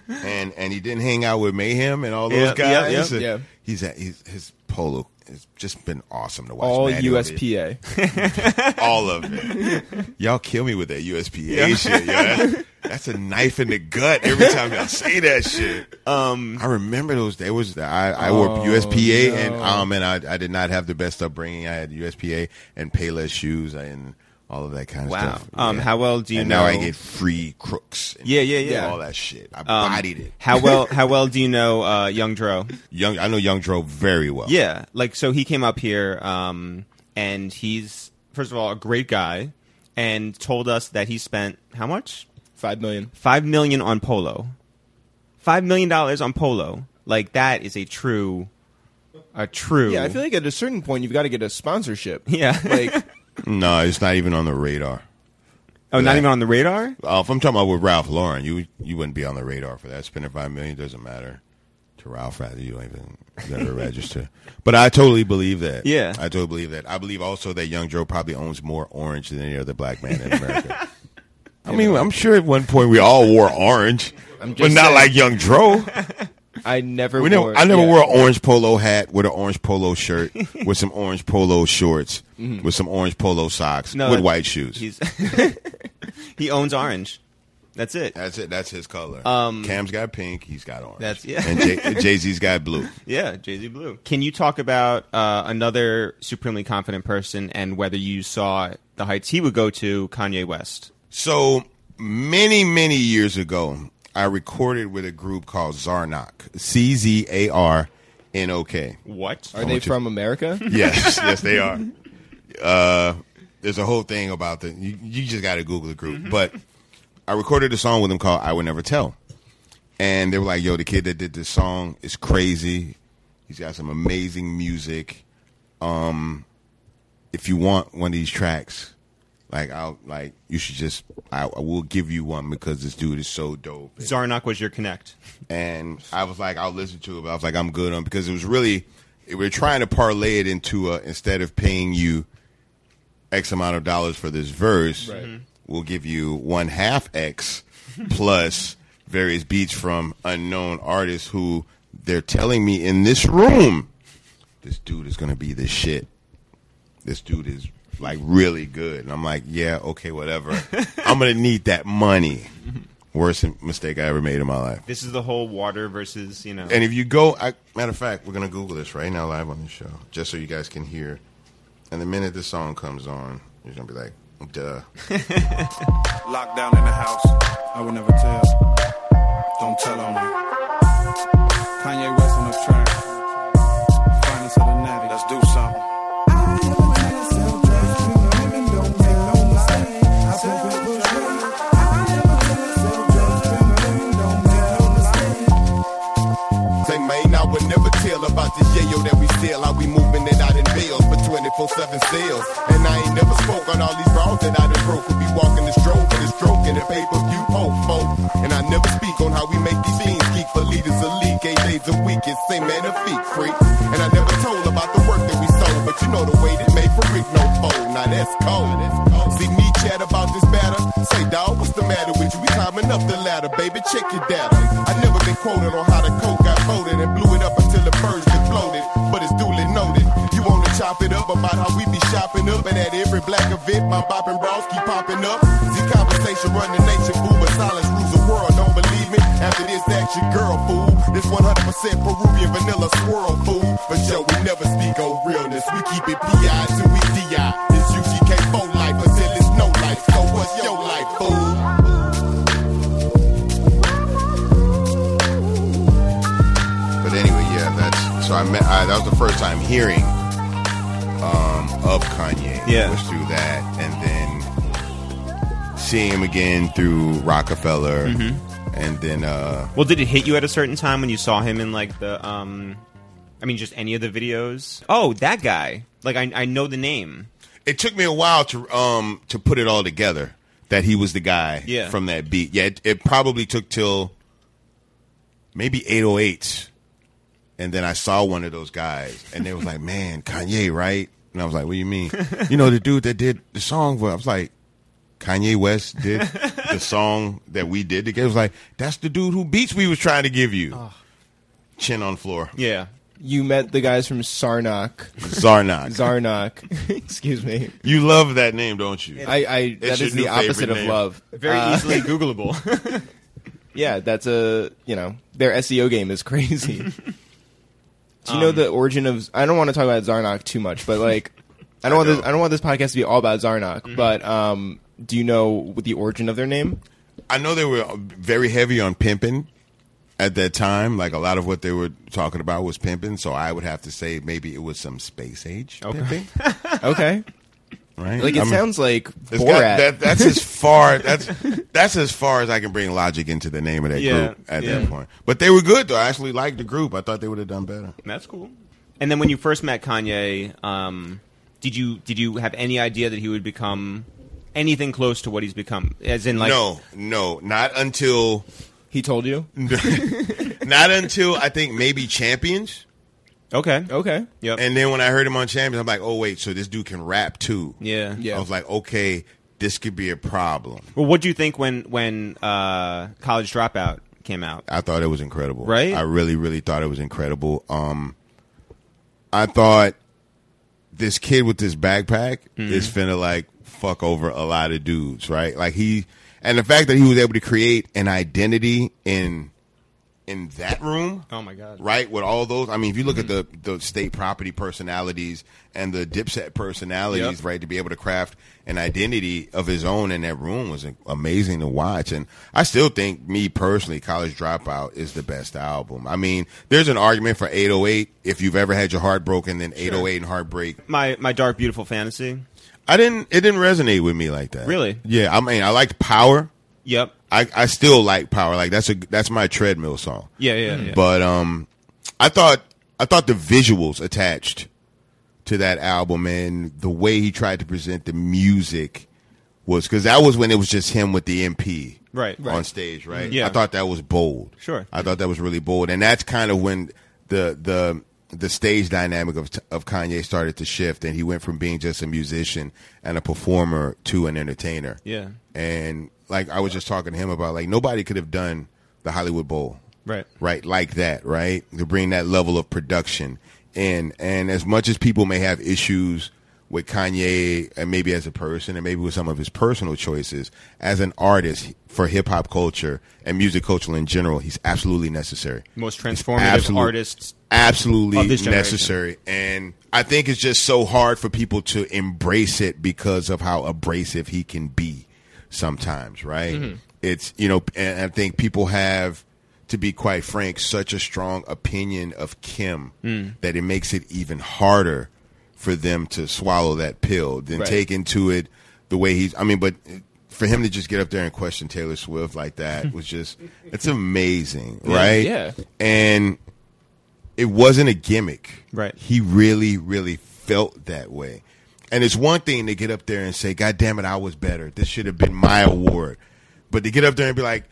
D: and and he didn't hang out with Mayhem and all those
C: Yeah, yeah,
D: guys.
C: yeah,
B: yeah.
D: He's at he's, his polo has just been awesome to watch.
B: All
D: Manny on the-
B: USPA.
D: all of it. Y'all kill me with that USPA shit. Yo. That's, that's a knife in the gut every time y'all say that shit. Um, I remember those. There was I, I wore
B: Oh,
D: USPA and
B: no.
D: um and I, I did not have the best upbringing. I had USPA and Payless shoes and all of that kind of
C: Wow.
D: stuff.
C: Um, how well do you
D: and
C: know?
D: now I get free crooks. And
C: Yeah, yeah, yeah.
D: All that shit. I
C: um,
D: bodied it.
C: How well? How well do you know uh, Young Dro?
D: Young, I know Young Dro very well.
C: Yeah, like so he came up here, um, and he's first of all a great guy, and told us that he spent how much?
B: Five million.
C: Five million on polo. Five million dollars on polo. Like that is a true, a true.
B: Yeah, I feel like at a certain point you've got to get a sponsorship.
C: Yeah.
B: like
D: No, it's not even on the radar.
C: oh, not
D: that.
C: even on the radar.
D: Uh, if I'm talking about with Ralph Lauren, you you wouldn't be on the radar for that. Spending five million doesn't matter to Ralph. Rather, you don't even never register. But I totally believe that.
C: Yeah.
D: I totally believe that. I believe also that Young Joe probably owns more orange than any other black man in America. I mean, I'm sure at one point we all wore orange, but
B: just
D: not
B: saying.
D: like Young Dro.
B: I never.
D: We never,
B: wore,
D: I never
B: yeah.
D: wore an orange polo hat with an orange polo shirt with some orange polo shorts with some orange polo socks
C: No,
D: with
C: that-
D: white shoes.
C: He's he owns orange. That's it.
D: That's it. That's his color. Um, Cam's got pink. He's got orange.
C: That's- yeah.
D: And Jay Z's got blue.
C: Yeah, Jay Z Blue. Can you talk about uh, another supremely confident person and whether you saw the heights he would go to, Kanye West?
D: So many, many years ago, I recorded with a group called Zarnok. C Z A R N O K.
C: What?
B: Are they
D: want you-
B: from America?
D: Yes, yes, they are. Uh, there's a whole thing about the. You, you just got to Google the group. But I recorded a song with them called "I Would Never Tell," and they were like, "Yo, the kid that did this song is crazy. He's got some amazing music. Um, if you want one of these tracks, like I'll like you should just I, I will give you one because this dude is so dope."
C: Zarnok was your connect.
D: and I was like, I'll listen to it. But I was like, I'm good on because it was really we were trying to parlay it into a, instead of paying you x amount of dollars for this verse,
B: Right. Mhm.
D: we'll give you one half x plus various beats from unknown artists who they're telling me in this room, this dude is gonna be the shit. This dude is like really good, and I'm like, yeah, okay, whatever. I'm gonna need that money. Worst mistake I ever made in my life.
C: This is the whole water versus, you know.
D: And if you go, I, matter of fact, we're gonna Google this right now live on the show, just so you guys can hear. And the minute this song comes on, you're gonna be like, "Duh."
E: Lockdown in the house. I would never tell. Don't tell on me. Kanye West on the track. Finest of the natty. Let's do something.
F: Say, man, I would never tell about this yayo that we steal. How we moving it out in bills for 24-7 sales. And I ain't never spoke on all these brawls that I done broke. We be walking the stroke and the stroke and the pay-per-view ofo. And I never speak on how we make these things geek for leaders elite. Eight days a week, it's same man a feet freak. And I never told about the work that we sold. But you know the way that made for Rick no fold. Now that's cold. See me chat about this batter. Say, dawg, what's the matter with you? We climbing up the ladder, baby. Check your data. I never been quoted on how the coke got folded and blew it up until the birds exploded. But it's duly noted. You wanna chop it up about how we be shopping up and at every black event, my bopping bras keep popping up. See conversation run the nation, fool, but silence rules the world. Don't believe me? After this, ask your girl, fool. This 100% Peruvian vanilla swirl, fool. But yo, we never speak on realness. We keep it PI till we DI. E It's UGK4 life until it's no life. So what's your life, fool?
D: But anyway, yeah, that's so. I met. I, that was the first time hearing um, of Kanye.
C: Yeah.
D: was through that, and then seeing him again through Rockefeller, and then uh,
C: Well, did it hit you at a certain time when you saw him in like the um I mean just any of the videos? Oh, that guy. Like I I know the name.
D: it took me a while to um to put it all together that he was the guy
C: Yeah.
D: from that beat. Yeah, it, it probably took till maybe 808 and then I saw one of those guys and they was like, "Man, Kanye, right?" And I was like, "What do you mean?" you know, the dude that did the song for I was like, "Kanye West did the song that we did together." It was like, "That's the dude who beats we was trying to give you." Chin on floor.
C: Yeah.
B: You met the guys from Sarnak,
D: Zarnak.
B: Zarnak. Excuse me.
D: you love that name, don't you?
B: I, I
D: your
B: that is
D: new
B: the opposite
D: favorite
B: of
D: name.
B: love.
C: Very
B: Uh,
C: easily googleable.
B: Yeah, that's a you know their SEO game is crazy. Do you know the origin of? I don't want to talk about Zarnok too much, but like, I don't want this. I don't want this podcast to be all about Zarnok. But um, do you know the origin of their name?
D: I know they were very heavy on pimping at that time. Like a lot of what they were talking about was pimping. So I would have to say maybe it was some space age pimping,
B: Okay,
D: right?
B: like it
D: I mean,
B: sounds like
D: it's got-
B: Borat.
D: that- that's as far that's that's as far as I can bring logic into the name of that
C: Yeah,
D: group at
C: yeah.
D: that point. But they were good though. I actually liked the group. I thought they would have done better.
C: That's cool. And then when you first met Kanye, um, did you did you have any idea that he would become anything close to what he's become? As in, like,
D: no, no, not until
B: he told you.
D: Mm. not until I think maybe champions.
C: okay,
B: Okay,
C: yep,
D: And then when I heard him on Champions, I'm like, oh wait, so this dude can rap too.
C: yeah,
B: Yeah.
D: I was like, okay, this could be a problem.
C: Well, what do you think when when uh, College Dropout
A: it came out.
D: I thought it was incredible.
A: Right?
D: I really, really thought it was incredible. Um, I thought this kid with this backpack is finna like fuck over a lot of dudes, right? Like he, and the fact that he was able to create an identity in in that room,
A: Oh my god!
D: right? With all those, I mean, if you look
A: Mm-hmm.
D: at the the state property personalities and the dipset personalities,
A: Yep.
D: right? To be able to craft an identity of his own in that room was amazing to watch, and I still think, me personally, College Dropout is the best album. I mean, there's an argument for 808 if you've ever had your heart broken, then 808 and Heartbreak.
A: My my dark beautiful fantasy.
D: I didn't, it didn't resonate with me like that.
A: Really?
D: Yeah, I mean, I liked Power.
A: Yep.
D: I, I still like Power. Like that's a that's my treadmill song.
A: Yeah, yeah, yeah.
D: But um, I thought I thought the visuals attached to that album and the way he tried to present the music was because that was when it was just him with the MP
A: Right.
D: on
A: Right.
D: stage, right?
A: Yeah.
D: I thought that was bold.
A: Sure.
D: I thought that was really bold, and that's kind of when the the the stage dynamic of of Kanye started to shift, and he went from being just a musician and a performer to an entertainer.
A: Yeah.
D: and like I was just talking to him about, like nobody could have done the Hollywood Bowl
A: Right.
D: right like that right to bring that level of production in and as much as people may have issues with Kanye and maybe as a person and maybe with some of his personal choices as an artist for hip hop culture and music culture in general he's absolutely necessary
A: Most transformative
D: Absolute-
A: artists.
D: absolutely
A: Of this generation.
D: necessary and I think it's just so hard for people to embrace it because of how abrasive he can be sometimes right
A: Mm-hmm.
D: it's you know and I think people have to be quite frank such a strong opinion of Kim
A: Mm.
D: that it makes it even harder for them to swallow that pill than
A: Right.
D: take into it the way he's I mean but for him to just get up there and question Taylor Swift like that was just it's amazing right
B: yeah.
D: and it wasn't a gimmick.
A: Right.
D: He really, really felt that way. And it's one thing to get up there and say, God damn it, I was better. This should have been my award. But to get up there and be like,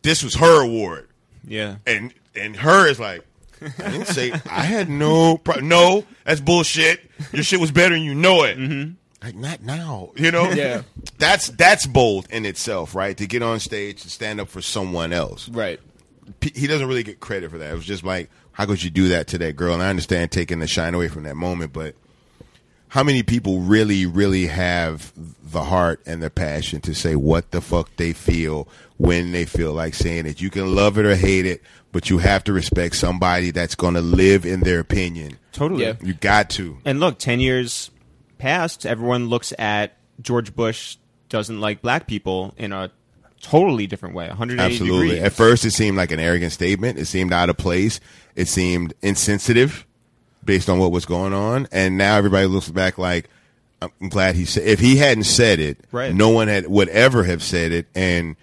D: this was her award.
A: Yeah.
D: And and her is like, I didn't say I had no pro- no, that's bullshit. Your shit was better and you know it. Mm-hmm. Like not now, you know.
B: Yeah.
D: that's that's bold in itself, right? To get on stage and stand up for someone else,
B: Right.
D: P- he doesn't really get credit for that. It was just like, how could you do that to that girl? And I understand taking the shine away from that moment, but how many people really, really have the heart and the passion to say what the fuck they feel when they feel like saying it? You can love it or hate it, but you have to respect somebody that's going to live in their opinion.
A: Totally.
B: Yeah.
D: You got to.
A: And look, 10 years past, everyone looks at George Bush doesn't like black people in a totally different way, 180
D: Absolutely.
A: degrees.
D: At first, it seemed like an arrogant statement. It seemed out of place. It seemed insensitive based on what was going on. And now everybody looks back like, I'm glad he said. If he hadn't said it,
A: Right.
D: no one had would ever have said it, and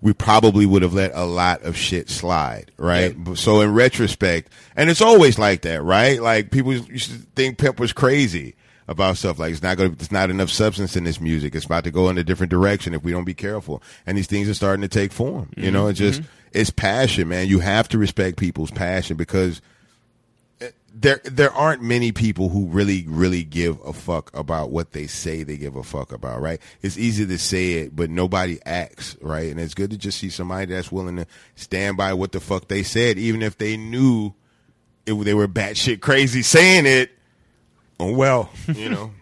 D: we probably would have let a lot of shit slide, right? But- So in retrospect, and it's always like that, right? Like people used to think Pep was crazy about stuff like it's not going to it's not enough substance in this music. It's about to go in a different direction if we don't be careful. And these things are starting to take form. You know, it's just it's passion, man. You have to respect people's passion because there there aren't many people who really really give a fuck about what they say they give a fuck about, right? It's easy to say it, but nobody acts, right? And it's good to just see somebody that's willing to stand by what the fuck they said, even if they knew it, they were batshit crazy saying it. Oh well, you know.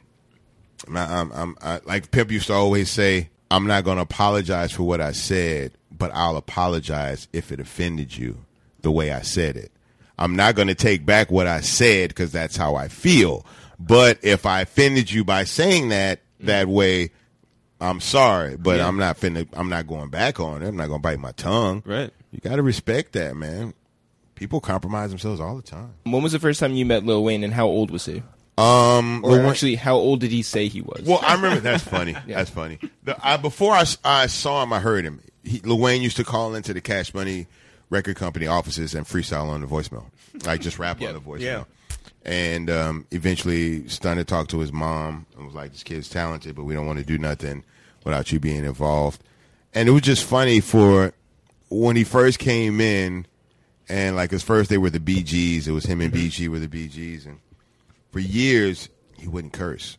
D: And I, I'm, I'm I, like Pimp used to always say, "I'm not going to apologize for what I said, but I'll apologize if it offended you the way I said it. I'm not going to take back what I said because that's how I feel. But if I offended you by saying that that way, I'm sorry, but I'm not finna. I'm not going back on it. I'm not going to bite my tongue.
A: Right.
D: You got to respect that, man. People compromise themselves all the time.
B: When was the first time you met Lil Wayne, and how old was he?
D: Um,
B: Or
D: Lil Wayne-
B: actually, how old did he say he was?
D: Well, I remember that's funny. That's funny. The, I, before I, s- I saw him, I heard him. He, Lil Wayne used to call into the Cash Money record company offices and freestyle on the voicemail, like just rap on the voicemail.
A: Yeah.
D: And um, eventually, Stunner talked to his mom and was like, "This kid's talented, but we don't want to do nothing without you being involved." And it was just funny for when he first came in, and like his first day were the BGs. It was him and BG were the BGs, and for years he wouldn't curse.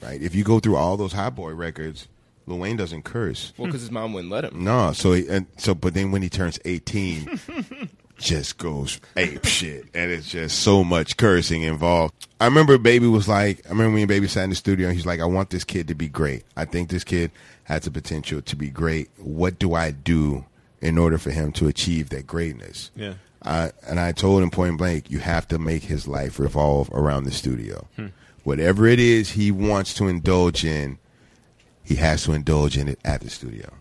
D: Right? If you go through all those Hot Boy records, Lil Wayne doesn't curse.
B: Well, because his mom wouldn't let him.
D: No, so he, and so, but then when he turns eighteen, just goes ape shit, and it's just so much cursing involved. I remember Baby was like, I remember when Baby sat in the studio, and he's like, I want this kid to be great. I think this kid has the potential to be great. What do I do in order for him to achieve that greatness?
C: Yeah.
D: I, and I told him point blank, you have to make his life revolve around the studio. Whatever it is he wants to indulge in, he has to indulge in it at the studio,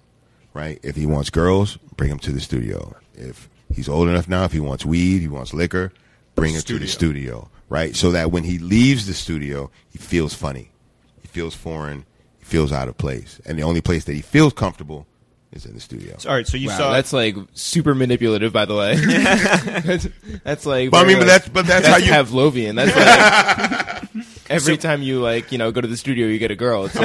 D: right? If he wants girls, bring him to the studio. If he's old enough now, if he wants weed, he wants liquor, bring him to the studio, right? So that when he leaves the studio, he feels funny, he feels foreign, he feels out of place, and the only place that he feels comfortable is in the studio.
C: All right, so you
B: Wow,
C: saw
B: that's like super manipulative, by the way. that's, that's like.
D: But I mean,
B: very,
D: but
B: like,
D: that's but that's,
B: that's
D: how you.
B: Pavlovian. That's like every time you like you know go to the studio, you get a girl. It's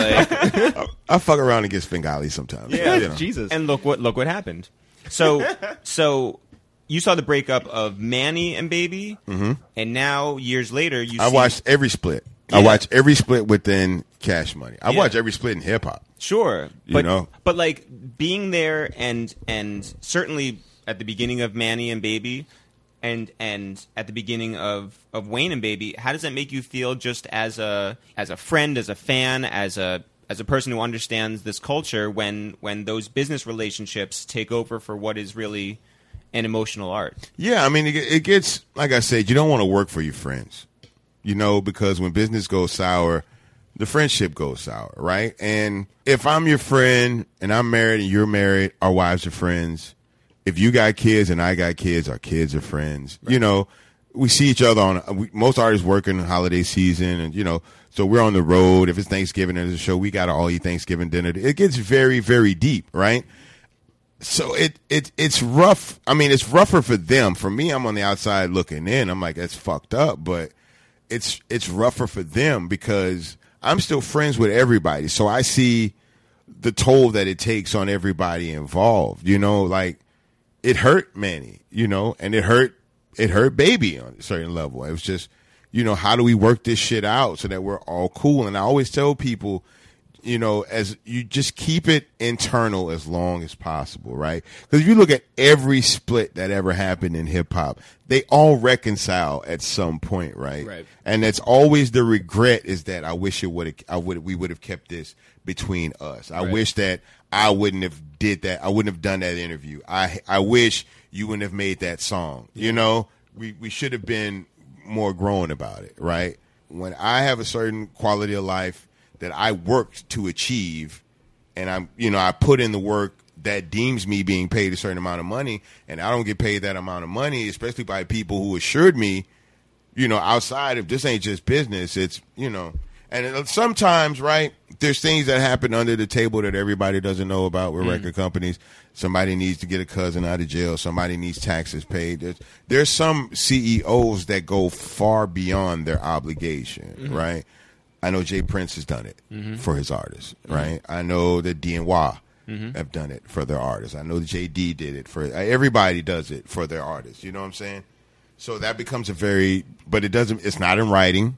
B: like
D: I fuck around and get Svengali sometimes.
C: Yeah.
D: you know.
B: Jesus.
C: and look what look what happened. So so you saw the breakup of Manny and Baby, and now years later you.
D: Mm-hmm. I
C: see-
D: watched every split. I
C: Yeah.
D: watch every split within Cash Money. I
C: Yeah.
D: watch every split in hip hop.
C: Sure,
D: You
C: but
D: know.
C: but like being there and and certainly at the beginning of Manny and Baby, and and at the beginning of of Wayne and Baby, how does that make you feel? Just as a as a friend, as a fan, as a as a person who understands this culture, when when those business relationships take over for what is really an emotional art.
D: Yeah, I mean, it, it gets like I said. You don't want to work for your friends, you know, because when business goes sour, the friendship goes sour, right? And if I'm your friend and I'm married and you're married, our wives are friends. If you got kids and I got kids, our kids are friends. You know, we see each other on we, most artists working holiday season, and you know, so we're on the road. If it's Thanksgiving and there's a show, we got to all eat Thanksgiving dinner. It gets very, very deep, right? so it it it's rough. I mean, it's rougher for them. For me, I'm on the outside looking in. I'm like, that's fucked up, but it's it's rougher for them because I'm still friends with everybody. So I see the toll that it takes on everybody involved. You know, like it hurt Manny, you know, and it hurt it hurt baby on a certain level. It was just, you know, how do we work this shit out so that we're all cool? And I always tell people, you know, as you just keep it internal as long as possible, right? Because if you look at every split that ever happened in hip hop, they all reconcile at some point, right?
B: Right.
D: And that's always the regret is that I wish it would have I would we would have kept this between us. I wish that I wouldn't have did that. I wouldn't have done that interview. I I wish you wouldn't have made that song. You know, we we should have been more grown about it, right? When I have a certain quality of life that I worked to achieve and I'm you know, I put in the work that deems me being paid a certain amount of money and I don't get paid that amount of money, especially by people who assured me you know, outside of this ain't just business. It's you know, and it- sometimes right there's things that happen under the table that everybody doesn't know about with record companies. Somebody needs to get a cousin out of jail. Somebody needs taxes paid. There's there's some CEOs that go far beyond their obligation, right? I know Jay Prince has done it for his artists, right? I know that DNY have done it for their artists. I know that JD did it for uh, everybody does it for their artists. You know what I'm saying? So that becomes a very, but it doesn't. It's not in writing,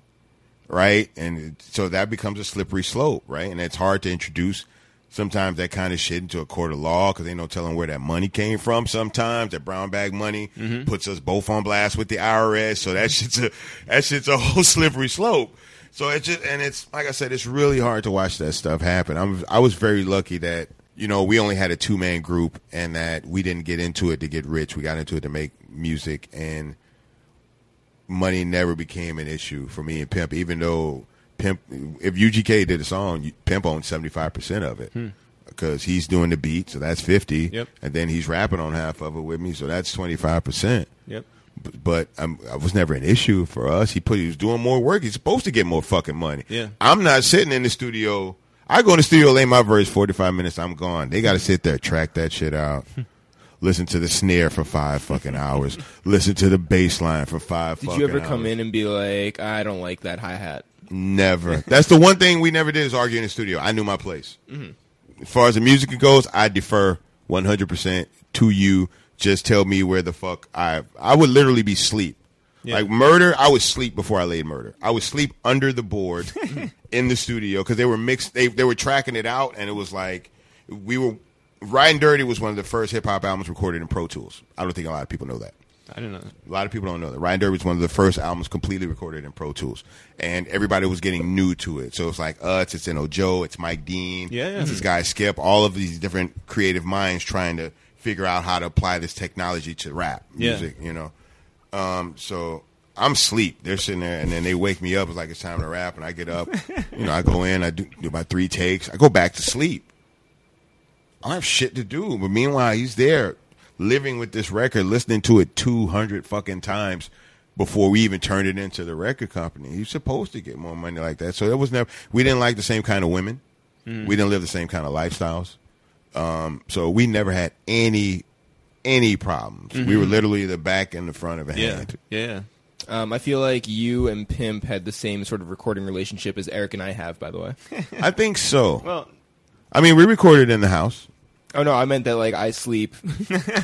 D: right? And it, so that becomes a slippery slope, right? And it's hard to introduce sometimes that kind of shit into a court of law because they no telling where that money came from. Sometimes that brown bag money puts us both on blast with the IRS. So that shit's a that shit's a whole slippery slope. So it's just and it's like I said, it's really hard to watch that stuff happen. I'm I was very lucky that you know we only had a two man group and that we didn't get into it to get rich. We got into it to make music and money never became an issue for me and Pimp, even though Pimp, if UGK did a song, you- Pimp owned 75% of it. Because he's doing the beat, so that's 50.
C: Yep.
D: And then he's rapping on half of it with me, so that's 25%.
C: Yep.
D: B- But I'm, I was never an issue for us. He put he was doing more work. He's supposed to get more fucking money.
C: Yeah.
D: I'm not sitting in the studio. I go in the studio, lay my verse 45 minutes, I'm gone. They got to sit there, track that shit out,
B: Hmm.
D: listen to the snare for five fucking hours, listen to the bass line for five
B: Did
D: fucking
B: you ever come
D: hours.
B: in and be like, I don't like that hi hat?
D: Never. That's the one thing we never did is argue in the studio. I knew my place. As far as the music goes, I defer 100% to you. Just tell me where the fuck I I would literally be asleep. Like murder, I would sleep before I laid murder. I would sleep under the board in the studio because they were mixed. They they were tracking it out, and it was like we were. Riding Dirty was one of the first hip hop albums recorded in Pro Tools. I don't think a lot of people know that.
A: I don't know. that.
D: A lot of people don't know that. Ryan Derby was one of the first albums completely recorded in Pro Tools, and everybody was getting new to it. So it's like Utz, it's N.O. Joe, it's Mike Dean,
A: Yeah, yeah.
D: it's this guy Skip, all of these different creative minds trying to figure out how to apply this technology to rap
A: Yeah.
D: music, you know. Um, so I'm sleep. They're sitting there, and then they wake me up. It's like it's time to rap, and I get up. you know, I go in, I do, do my three takes, I go back to sleep. I don't have shit to do. But meanwhile, he's there living with this record, listening to it 200 fucking times before we even turned it into the record company. He's supposed to get more money like that. So it was never, we didn't like the same kind of women. We didn't live the same kind of lifestyles. Um, so we never had any, any problems.
B: Mm-hmm.
D: We were literally the back and the front of a
A: Yeah,
D: hand.
A: yeah.
B: Um, I feel like you and Pimp had the same sort of recording relationship as Eric and I have, by the way.
D: I think so.
A: Well,
D: I mean, we recorded in the house.
B: oh no, I meant that like I sleep.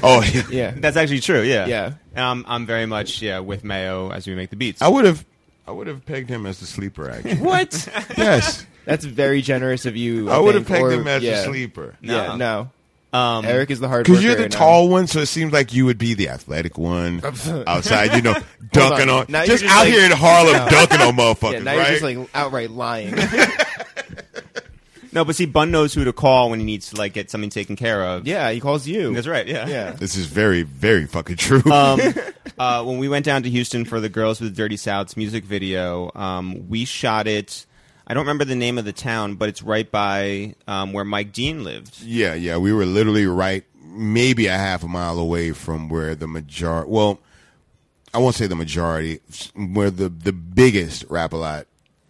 D: Oh, yeah.
B: Yeah,
A: that's actually true. Yeah,
B: Yeah.
A: Um, I'm very much yeah with Mayo as we make the beats.
D: I would have, I would have pegged him as the sleeper, actually.
B: what?
D: yes.
B: That's very generous of you.
D: I, would have
B: think,
D: pegged
B: or-
D: him as
B: yeah.
D: the sleeper.
B: Yeah, no.
A: Um,
B: Eric is the hard
D: Because you're
B: worker
D: the
B: and uh, I'm-
D: tall one, so it seems like you would be the athletic one outside, you know, dunking
B: on.
D: on.
B: Now you're
D: just
B: just
D: out
B: like-
D: here in Harlem dunking on motherfuckers,
B: Yeah, now
D: right?
B: you're just like outright lying.
A: no, but see, Bun knows who to call when he needs to like get something taken care of.
B: yeah, he calls you.
A: that's right. Yeah,
B: Yeah.
D: this is very, very fucking true.
A: um, uh, when we went down to Houston for the Girls with Dirty Souths music video, um, we shot it. I don't remember the name of the town, but it's right by um, where Mike Dean lived.
D: yeah, yeah, we were literally right, maybe a half a mile away from where the majority. Well, I won't say the majority, where the the biggest rap a lot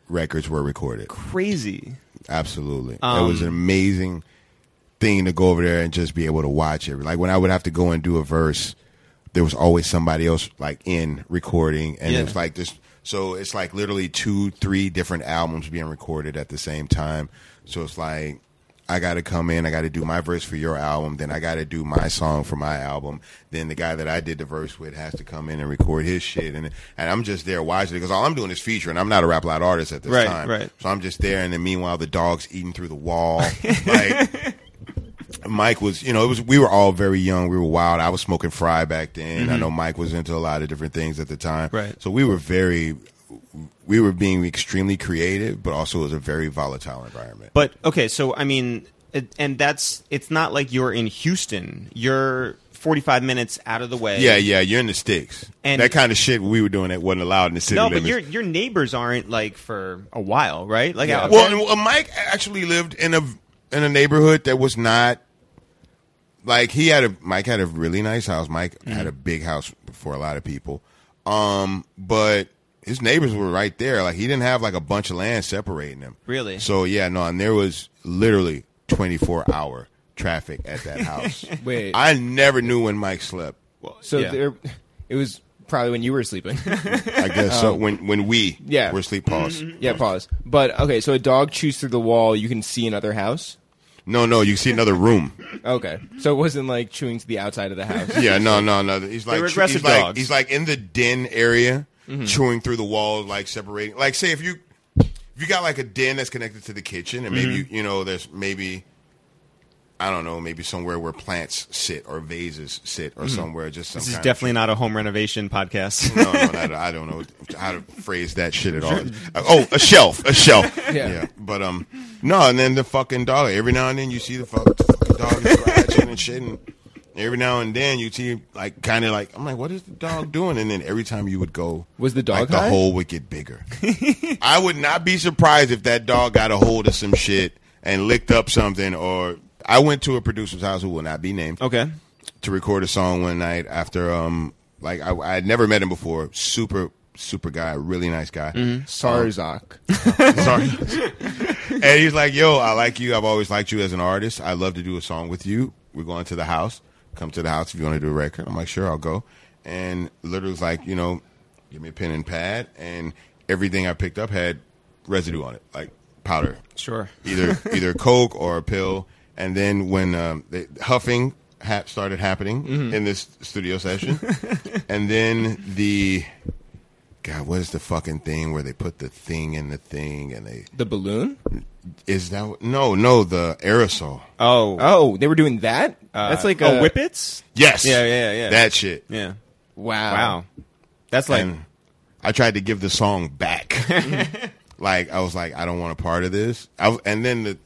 D: records were recorded.
A: Crazy.
D: Absolutely. it was an amazing thing to go over there and just be able to watch it. Like when I would have to go and do a verse, there was always somebody else like in recording and
A: Yeah.
D: it was like this so it's like literally two, three different albums being recorded at the same time. So it's like I got to come in. I got to do my verse for your album. Then I got to do my song for my album. Then the guy that I did the verse with has to come in and record his shit. And and I'm just there watching it because all I'm doing is featuring. I'm not a rap loud artist at this
A: Right,
D: time.
A: right.
D: So I'm just there. And then meanwhile, the dog's eating through the wall. like, Mike was, you know, it was. We were all very young. We were wild. I was smoking fry back then. I know Mike was into a lot of different things at the time.
A: Mm-hmm. Right.
D: So we were very, we were being extremely creative, but also it was a very volatile environment.
A: But okay, so I mean, it, and that's it's not like you're in Houston. You're 45 minutes out of the way.
D: yeah, yeah, you're in the sticks.
A: And-
D: that kind of shit we were doing that wasn't allowed in the city
A: No, but
D: limits.
A: your your neighbors aren't like for a while, right? Like, I-
D: Well, and, well, Mike actually lived in a in a neighborhood that was not like he had a Mike had a really nice house. Mike had a big house for a lot of people, um, but his neighbors were right there. Like he didn't have like a bunch of land separating them.
A: Really?
D: So yeah, no, and there was literally twenty four hour traffic at that house.
B: Wait.
D: I never knew when Mike slept.
B: so
A: Yeah.
B: there, it was probably when you were sleeping.
D: I guess so. When when we
B: Yeah. Mm-hmm.
D: were sleep pause.
B: yeah, pause. But okay, so a dog chews through the wall. You can see another house.
D: No, no, you see another room.
B: Okay, so it wasn't like chewing to the outside of the house.
D: Yeah, no, no, no. He's like
A: were aggressive
D: he's like,
A: dogs. Mm-hmm.
D: He's like in the den area, chewing through the walls, like separating. Like, say if you if you got like a den that's connected to the kitchen, and maybe
A: Mm-hmm.
D: you know there's maybe I don't know, maybe somewhere where plants sit or vases sit or somewhere just some
A: Mm-hmm. this is
D: kind
A: definitely not a home renovation podcast.
D: Of, no, no, not, I don't know how to phrase that shit at all. Uh, oh, a shelf, a shelf.
B: Yeah.
D: but um, no, and then the fucking dog. Every now and then you see the fuck, the fucking dog is scratching and shit, and every now and then you see like kind of like I'm like, what is the dog doing? And then every time you would go,
B: Was the dog
D: like,
B: high?
D: the hole would get bigger. I would not be surprised if that dog got a hold of some shit and licked up something. Or I went to a producer's house who will not be named
A: okay.
D: to record a song one night after um like I I had never met him before. Super super guy, really nice guy.
B: Sarzak.
D: Sorry. and he's like, "Yo, I like you. I've always liked you as an artist. I'd love to do a song with you. We're going to the house. Come to the house if you want to do a record." I'm like, "Sure, I'll go." And literally was like, you know, give me a pen and pad, and everything I picked up had residue on it, like powder
A: Sure.
D: either either coke or a pill. And then when um, the huffing
C: Mm-hmm.
D: ha- started happening in this studio session, and then the God, what is the fucking thing where they put the thing in the thing and they
B: The balloon?
D: is that no no the aerosol?
C: Oh,
B: Oh, Uh, they were doing that? That's like a
C: oh, whippets.
D: Yes,
C: Yeah, yeah, yeah.
D: that shit.
C: Yeah.
B: Wow.
C: Wow. That's like
D: and I tried to give the song back. like I was like, I don't want a part of this. I was, and then the,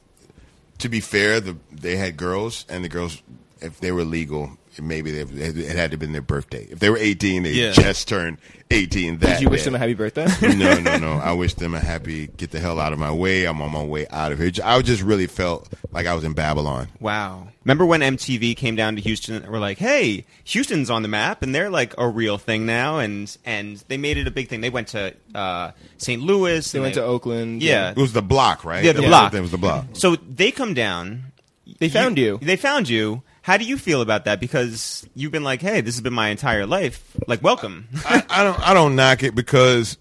D: to be fair, the they had girls, and the girls, if they were legal, maybe they, it had to have been their birthday. If they were eighteen, they
C: Yeah.
D: just turned eighteen. That
B: Did you wish
D: day.
B: them a happy birthday?
D: no, no, no. I wish them a happy. Get the hell out of my way. I'm on my way out of here. I just really felt like I was in Babylon.
C: wow. Remember when MTV came down to Houston and were like, "Hey, Houston's on the map, and they're like a real thing now." And and they made it a big thing. They went to uh, St. Louis.
B: they
C: and
B: went to Oakland.
C: Yeah.
D: It was the block, right?
C: Yeah, the
D: That was
C: block.
D: It was the block.
C: So they come down.
B: They found you.
C: They found you. How do you feel about that? Because you've been like, "Hey, this has been my entire life. Like, welcome."
D: I, I don't I don't knock it because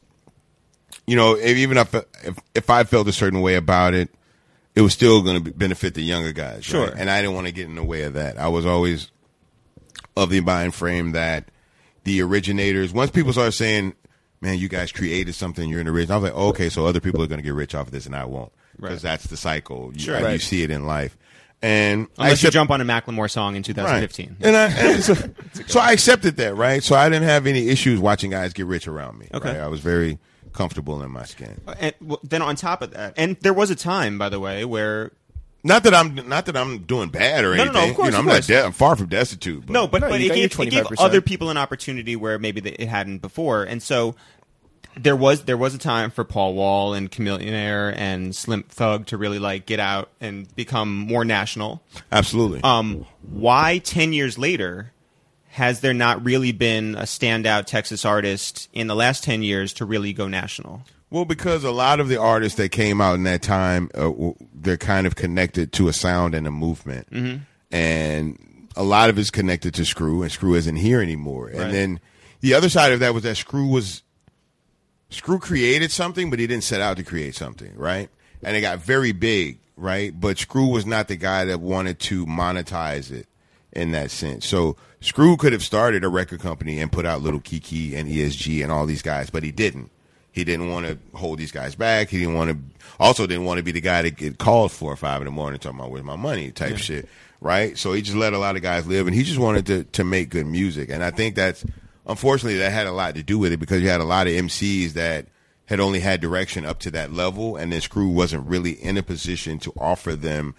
D: you know if, even if, if if I felt a certain way about it, it was still going to benefit the younger guys. right?
C: Sure.
D: and I didn't want to get in the way of that. I was always of the mind frame that the originators. Once people started saying, "Man, you guys created something. You're in the rich," I was like, "Okay, so other people are going to get rich off of this, and I won't." Because that's the cycle. You,
C: Sure.
D: and you
C: Right.
D: see it in life. And I
C: Unless you
D: accept-
C: jump on a Macklemore song in
D: Right.
C: 2015.
D: And I, and so, so I accepted that, right? So I didn't have any issues watching guys get rich around me.
C: Okay.
D: right? I was very comfortable in my skin.
C: And well, then on top of that, and there was a time, by the way, where
D: Not that I'm not that I'm doing bad or
C: No, no, no,
D: anything.
C: of course,
D: you know,
C: of
D: I'm not
C: course.
D: de- I'm far from destitute. But
C: No, but,
B: No,
C: but
B: you
C: it,
B: got your
C: gave, it gave
B: 25%.
C: other people an opportunity where maybe they, it hadn't before, and so there was there was a time for Paul Wall and Chameleonaire and Slim Thug to really like get out and become more national.
D: absolutely.
C: Um, why ten years later has there not really been a standout Texas artist in the last ten years to really go national?
D: Well, because a lot of the artists that came out in that time, uh, w- they're kind of connected to a sound and a movement, and a lot of it's connected to Screw, and Screw isn't here anymore.
C: Right.
D: And then the other side of that was that Screw was Screw created something, but he didn't set out to create something, right? And it got very big, right? But Screw was not the guy that wanted to monetize it in that sense. So Screw could have started a record company and put out Little Kiki and ESG and all these guys, but he didn't. He didn't want to hold these guys back. He didn't want to. Also, didn't want to be the guy that get called four or five in the morning talking about where's my money type shit, right? So he just let a lot of guys live, and he just wanted to to make good music. And I think that's unfortunately that had a lot to do with it because you had a lot of MCs that had only had direction up to that level, and then Screw wasn't really in a position to offer them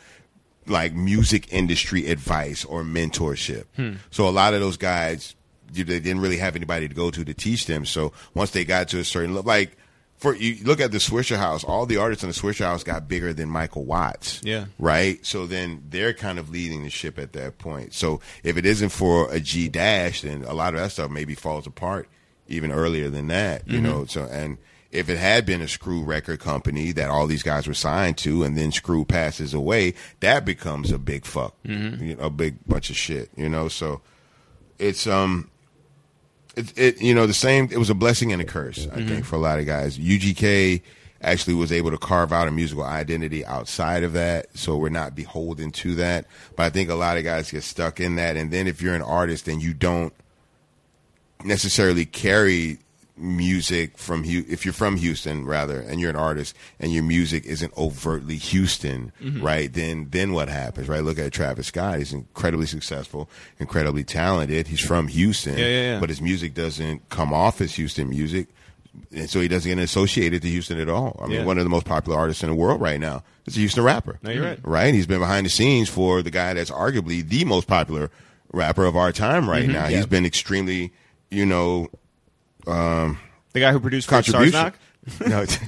D: like music industry advice or mentorship. So a lot of those guys, you, they didn't really have anybody to go to to teach them. So once they got to a certain level, like for you look at the Swisher House, all the artists in the Swisher House got bigger than Michael Watts.
C: Yeah.
D: Right. So then they're kind of leading the ship at that point. So if it isn't for a G dash, then a lot of that stuff maybe falls apart even earlier than that. You know. So and if it had been a screw record company that all these guys were signed to, and then screw passes away, that becomes a big fuck, you know, a big bunch of shit. You know. So it's um it, it you know the same it was a blessing and a curse
C: Mm-hmm.
D: i think for a lot of guys ugk actually was able to carve out a musical identity outside of that so we're not beholden to that but i think a lot of guys get stuck in that and then if you're an artist and you don't necessarily carry music from Hu- if you're from Houston rather and you're an artist and your music isn't overtly Houston
C: Mm-hmm.
D: right then then what happens right look at Travis Scott he's incredibly successful incredibly talented he's from Houston
C: yeah, yeah.
D: but his music doesn't come off as Houston music and so he doesn't get associated to Houston at all I mean
C: Yeah.
D: one of the most popular artists in the world right now is a Houston rapper Mm-hmm.
C: No, you're right.
D: right? He's been behind the scenes for the guy that's arguably the most popular rapper of our time right
C: Mm-hmm.
D: now. He's been extremely, you know,
C: The guy who produced Fritz
D: contribution.
C: Sarnak?
D: No, it's-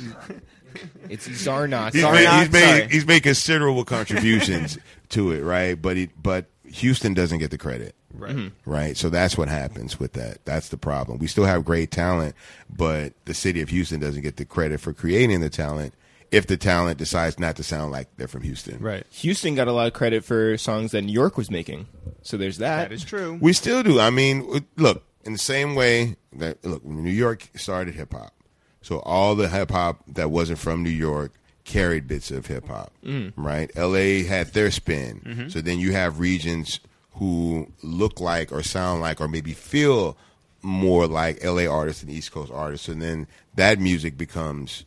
B: It's Zarnot.
D: he's,
C: Sorry,
D: made,
C: not-
D: he's, made,
C: sorry.
D: he's made considerable contributions to it, right? But he, but Houston doesn't get the credit,
C: Right.
D: right? So that's what happens with that. That's the problem. We still have great talent, but the city of Houston doesn't get the credit for creating the talent. If the talent decides not to sound like they're from Houston,
C: Right.
B: Houston got a lot of credit for songs that New York was making. So there's that.
C: That is true.
D: We still do. I mean, w- look, in the same way that look, when New York started hip hop. So all the hip hop that wasn't from New York carried bits of hip hop, right? LA had their spin. So then you have regions who look like or sound like or maybe feel more like LA artists and East Coast artists, and then that music becomes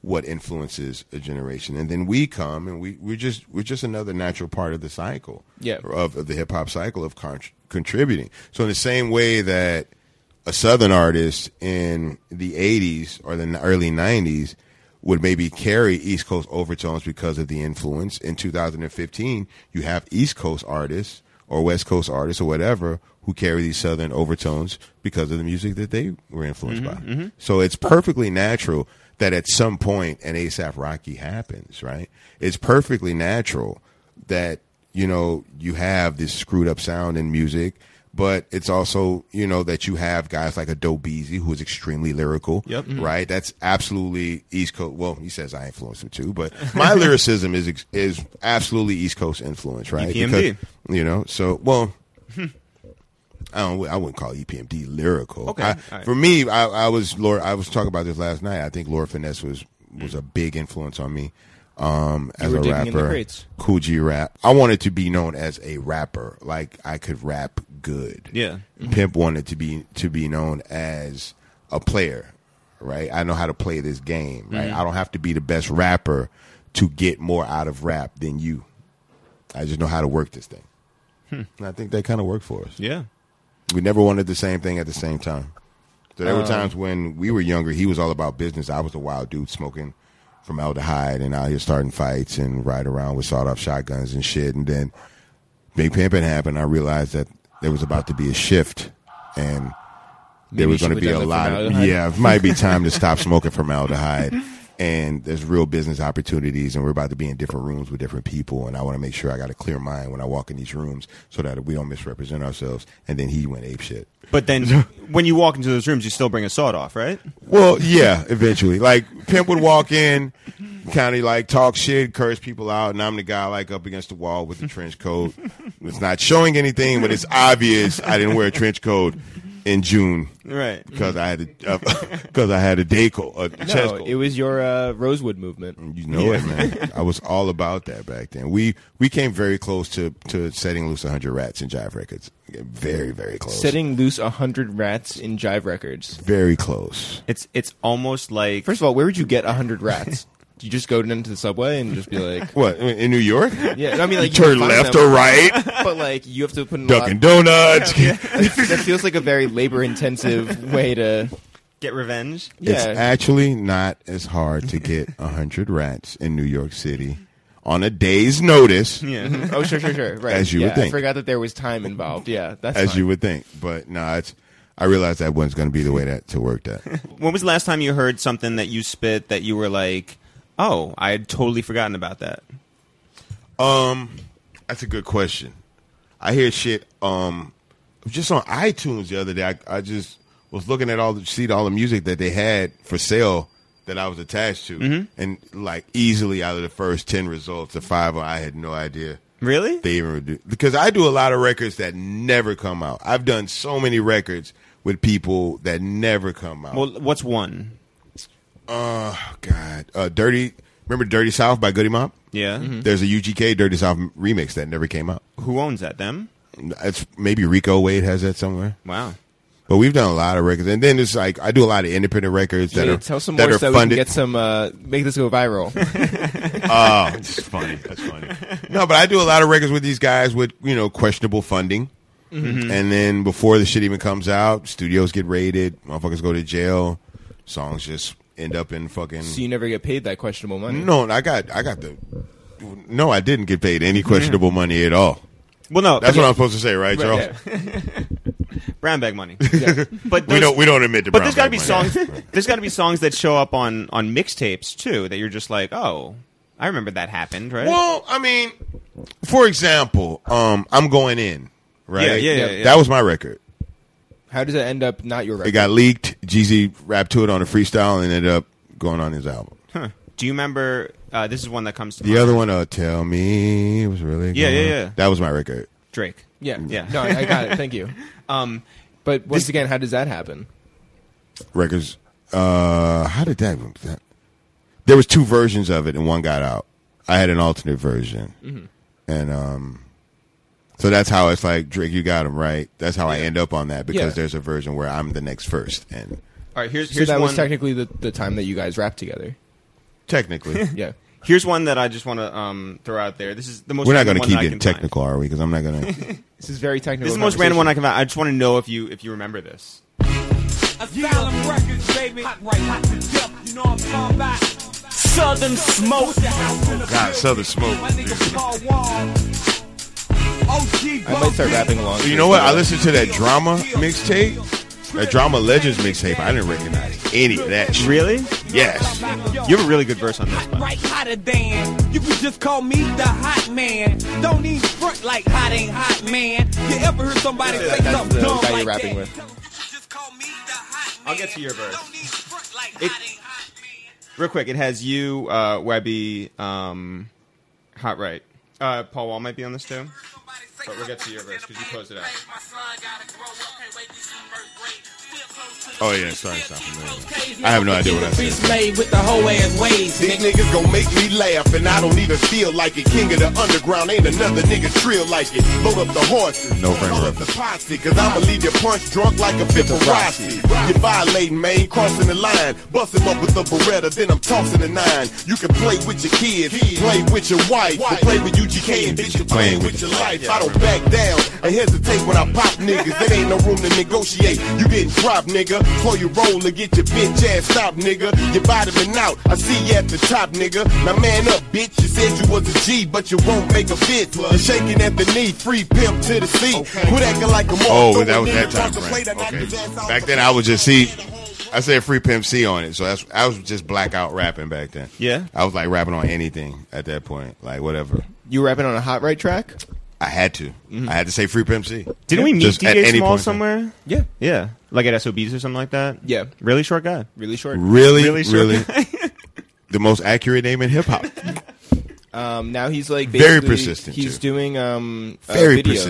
D: what influences a generation, and then we come and we we're just we're just another natural part of the cycle,
B: Yeah.
D: of, of the hip hop cycle of con- contributing. So in the same way that a Southern artist in the '80s or the n- early '90s would maybe carry East Coast overtones because of the influence. In 2015, you have East Coast artists or West Coast artists or whatever who carry these Southern overtones because of the music that they were influenced by. So it's perfectly natural that at some point an ASAP Rocky happens, right? It's perfectly natural that you know you have this screwed up sound in music but it's also you know that you have guys like a Dobeezy who is extremely lyrical
C: Yep.
B: Mm-hmm.
D: right that's absolutely east coast well he says i influenced him too but my lyricism is ex- is absolutely east coast influence
B: E
D: right
C: EPMD.
D: Because, you know so well I don't. I wouldn't call E EPMD lyrical.
C: Okay,
D: I-
C: all right.
D: For me, I, I was Laura. I was talking about this last night. I think Laura Finesse was was a big influence on me um, as
B: were
D: a
B: digging in the
D: rapper.
B: crates.
D: Cool G rap. I wanted to be known as a rapper. Like I could rap good.
C: Yeah.
D: Pimp wanted to be to be known as a player. Right. I know how to play this game. Right. I don't have to be the best rapper to get more out of rap than you. I just know how to work this thing. And I think that kind of worked for us.
C: Yeah.
D: We never wanted the same thing at the same time. So
B: Um,
D: there were times when we were younger, he was all about business. I was the wild dude smoking from aldehyde and out here starting fights and riding around with sawed off shotguns and shit. And then Big Pimpin' happened. I realized that there was about to be a shift and
B: Maybe
D: there was
B: you
D: going to
B: should
D: be a
B: have
D: lot
B: done
D: of,
B: formaldehyde.
D: yeah, it might be time to stop smoking formaldehyde. And there's real business opportunities, and we're about to be in different rooms with different people. And I want to make sure I got a clear mind when I walk in these rooms so that we don't misrepresent ourselves. And then he went ape shit.
C: But then when you walk into those rooms, you still bring a sawed off, right?
D: Well, yeah, eventually. Like Pimp would walk in, kind of like talk shit, curse people out, and I'm the guy like up against the wall with the trench coat. It's not showing anything, but it's obvious I didn't wear a trench coat in June
C: Right.
D: because I had a because I had a day coat, a chest
B: No,
D: coat.
B: it was your uh, Rosewood movement.
D: You know it, man. I was all about that back then. We we came very close to to setting loose 100 rats in Jive Records. Very very close.
B: Setting loose a hundred rats in Jive Records.
D: very close.
C: It's it's almost like
B: First of all, where would you get a hundred rats? Do you just go into the subway and just be like,
D: What in New York?
B: yeah? I mean, like you
D: Turn
B: can find
D: left
B: them,
D: or right.
B: but like you have to put in a lot.
D: Dunkin' Donuts.
B: That feels like a very labor-intensive way to.
C: get revenge.
D: It's
B: Yeah.
D: actually not as hard to get 100 rats in New York City on a day's notice
C: Yeah.
B: oh, sure, sure, sure. Right.
D: As you
B: yeah,
D: would think.
B: I forgot that there was time involved. Yeah, that's
D: as
B: fine.
D: you would think. But no, it's I realized that wasn't going to be the way that to work that.
C: when was the last time you heard something that you spit that you were like, "Oh, I had totally forgotten about that."
D: um that's a good question. I hear shit um just on iTunes the other day. I, I just was looking at all the see all the music that they had for sale that I was attached to and like easily out of the first 10 results, the five I had no idea.
C: Really?
D: they even do because I do a lot of records that never come out. I've done so many records with people that never come out.
C: Well, what's one?
D: oh God, uh, Dirty. Remember Dirty South by Goody Mop?
B: Mm-hmm.
C: Yeah.
D: There's a UGK Dirty South remix that never came out.
C: Who owns that? Them.
D: It's maybe Rico Wade has that somewhere.
C: Wow.
D: But we've done a lot of records, and then it's like I do a lot of independent records that
B: Yeah,
D: are
B: tell some
D: that
B: more
D: are
B: so we can
D: funded.
B: get some. Uh, make this go viral.
D: Oh, it's funny. That's funny. No, but I do a lot of records with these guys with you know questionable funding,
C: Mm-hmm.
D: and then before the shit even comes out, studios get raided, motherfuckers go to jail, songs just end up in fucking.
B: so you never get paid that questionable money.
D: no, I got I got the. No, I didn't get paid any questionable money at all.
C: Well, no.
D: That's what I'm supposed to say, right, Charles?
C: brown bag money.
B: Yeah.
C: But
D: We
C: those-
D: don't we don't admit to.
C: But
D: brown
C: there's got to
D: bag
C: be
D: money.
C: songs. there's got to be songs that show up on on mixtapes too that you're just like, "Oh, I remember that happened." Right.
D: Well, I mean, for example, um, I'm going in. Right.
C: Yeah, yeah, yeah, yeah.
D: That was my record.
B: How does it end up not your
D: It
B: record?
D: got leaked. Jeezy rapped to it on a freestyle and ended up going on his album.
C: Huh. Do you remember? Uh, this is one that comes to
D: The
C: mind.
D: other one, uh, "Tell Me," it was really
C: Yeah,
D: good.
C: yeah, yeah.
D: That was my record.
C: Drake.
B: yeah,
C: Yeah.
B: No, I got it. Thank you.
C: Um,
B: But once again, how does that happen?
D: Records. Uh, how did that, that? There was two
C: Mm-hmm.
D: versions of it, and one got out. I had an alternate version, and um, So that's how it's like Drake. You got him right. That's how I end up on that because
B: Yeah.
D: there's a version where I'm the next first, and
C: All right, here's
B: So
C: here's
B: that
C: one.
B: was technically the, the time that you guys rapped together.
D: technically,
B: Yeah.
C: here's one that I just want to um, throw out there. This is the most.
D: we're not
C: going to
D: keep getting technical, are we? Because I'm not going to.
B: This is very technical.
C: This is the most random one I can find. I just want to know if you if you remember this.
G: Asylum records, baby. Hot right, hot to death. You know I'm talking about. Southern smoke.
D: God, Southern Smoke.
G: My nigga Paul Wall. OG
B: I might start rapping along.
D: You know what? I listened to that drama mixtape, that drama legends mixtape. I didn't recognize any of that. shit.
C: Really?
D: Yes.
C: You have a really good verse on this.
G: Hot
C: But
G: right hotter than you can just call me the hot man. Don't even front like hot ain't hot man. You ever heard somebody say
B: that's
G: something
B: the
G: dumb
B: guy you're
G: like
B: rapping
G: that?
B: with.
G: Just call me the hot
C: I'll
G: man.
C: get to your verse.
G: Don't even front like
C: It-
G: hot ain't hot man.
C: real quick, it has you, uh, Webby, um, Hot Right. Uh, Paul Wall might be on this too.
G: But we'll get to your verse because you closed it out.
D: Oh, yeah, sorry, sorry. I have no idea what I said.
G: made with the whole ass ways.
F: These niggas gon' make me laugh, and I don't even feel like it. King of the underground, ain't another nigga trill like it. Load up the horses,
D: No frame
F: load up the posse, cause I'ma leave your punch drunk like a fifth of Rossi. You violating, man, crossing the line. Bust him up with the Beretta, then I'm tossing the nine. You can play with your kids, play with your wife, but play with UGK and bitch, you playing with your life. I don't back down and hesitate when I pop niggas. There ain't no room to negotiate. You getting dropped, nigga. Pull your roller, get your bitch ass stopped, nigga. Your body been out. I see you at the top, nigga. Now man up, bitch. You said you was a G, but you won't make a fit. You're shaking at the knee, free pimp to the seat. Quit acting like a
D: Oh, that was that time frame. Okay. Back then, I would just see. I said free pimp C on it, so that's I was just blackout rapping back then.
C: Yeah?
D: I was like rapping on anything at that point, like whatever.
B: You rapping on a hot right track?
D: I had to. I had to say free pimp C.
C: Mm-hmm. Didn't we meet
D: Just at
C: DJ
D: any
C: Small
D: point in time.
C: somewhere?
B: Yeah.
C: Yeah, like at SOBs or something like that.
B: Yeah.
C: really short guy.
B: Really short.
D: Really,
C: Really
D: really,
C: short
D: the most accurate name in hip hop.
B: Um, now he's like
D: Very
B: basically-
D: persistent,
B: He's
D: too.
B: doing um uh,
D: Very
B: videos.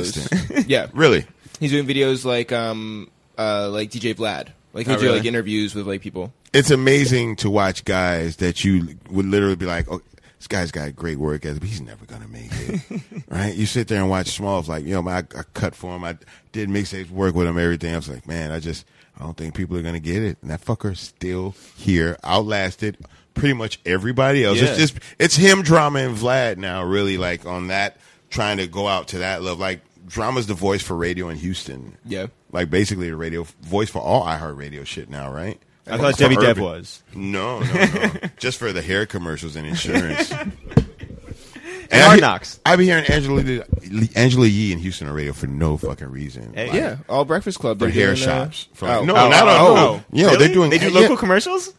D: persistent.
B: yeah,
D: really,
B: he's doing videos like um uh like DJ Vlad. Like he'll
C: Oh,
B: do
C: really?
B: like interviews with like people.
D: it's amazing to watch guys that you would literally be like, "Oh, this guy's got great work ethic, but he's never gonna make it." right? You sit there and watch Smalls, like, you know, I, I cut for him, I did mixtapes, work with him, everything. I was like, man, I just, I don't think people are gonna get it, and that fucker's still here, outlasted pretty much everybody else.
C: Yeah.
D: It's just, it's him, drama, and Vlad now, really, like on that, trying to go out to that level, like. Drama's the voice for radio in Houston.
B: Yeah.
D: Like basically the radio voice for all iHeartRadio shit now, right?
C: I thought
D: For
C: Debbie Dev
D: urban-
C: was.
D: No, no, no. Just for the hair commercials and insurance. and
C: Hard
D: I be-
C: Knocks.
D: I be hearing Angela Lee- Angela Yee in Houston on radio for no fucking reason.
C: Hey,
D: Like,
B: Yeah, all Breakfast Club.
D: For
B: they're
D: hair
B: doing, uh,
D: shops. For like-
B: oh,
D: no,
B: oh,
D: not on.
B: oh,
D: no. Yeah,
C: Really?
D: they're doing.
C: They do
D: yeah,
C: local commercials.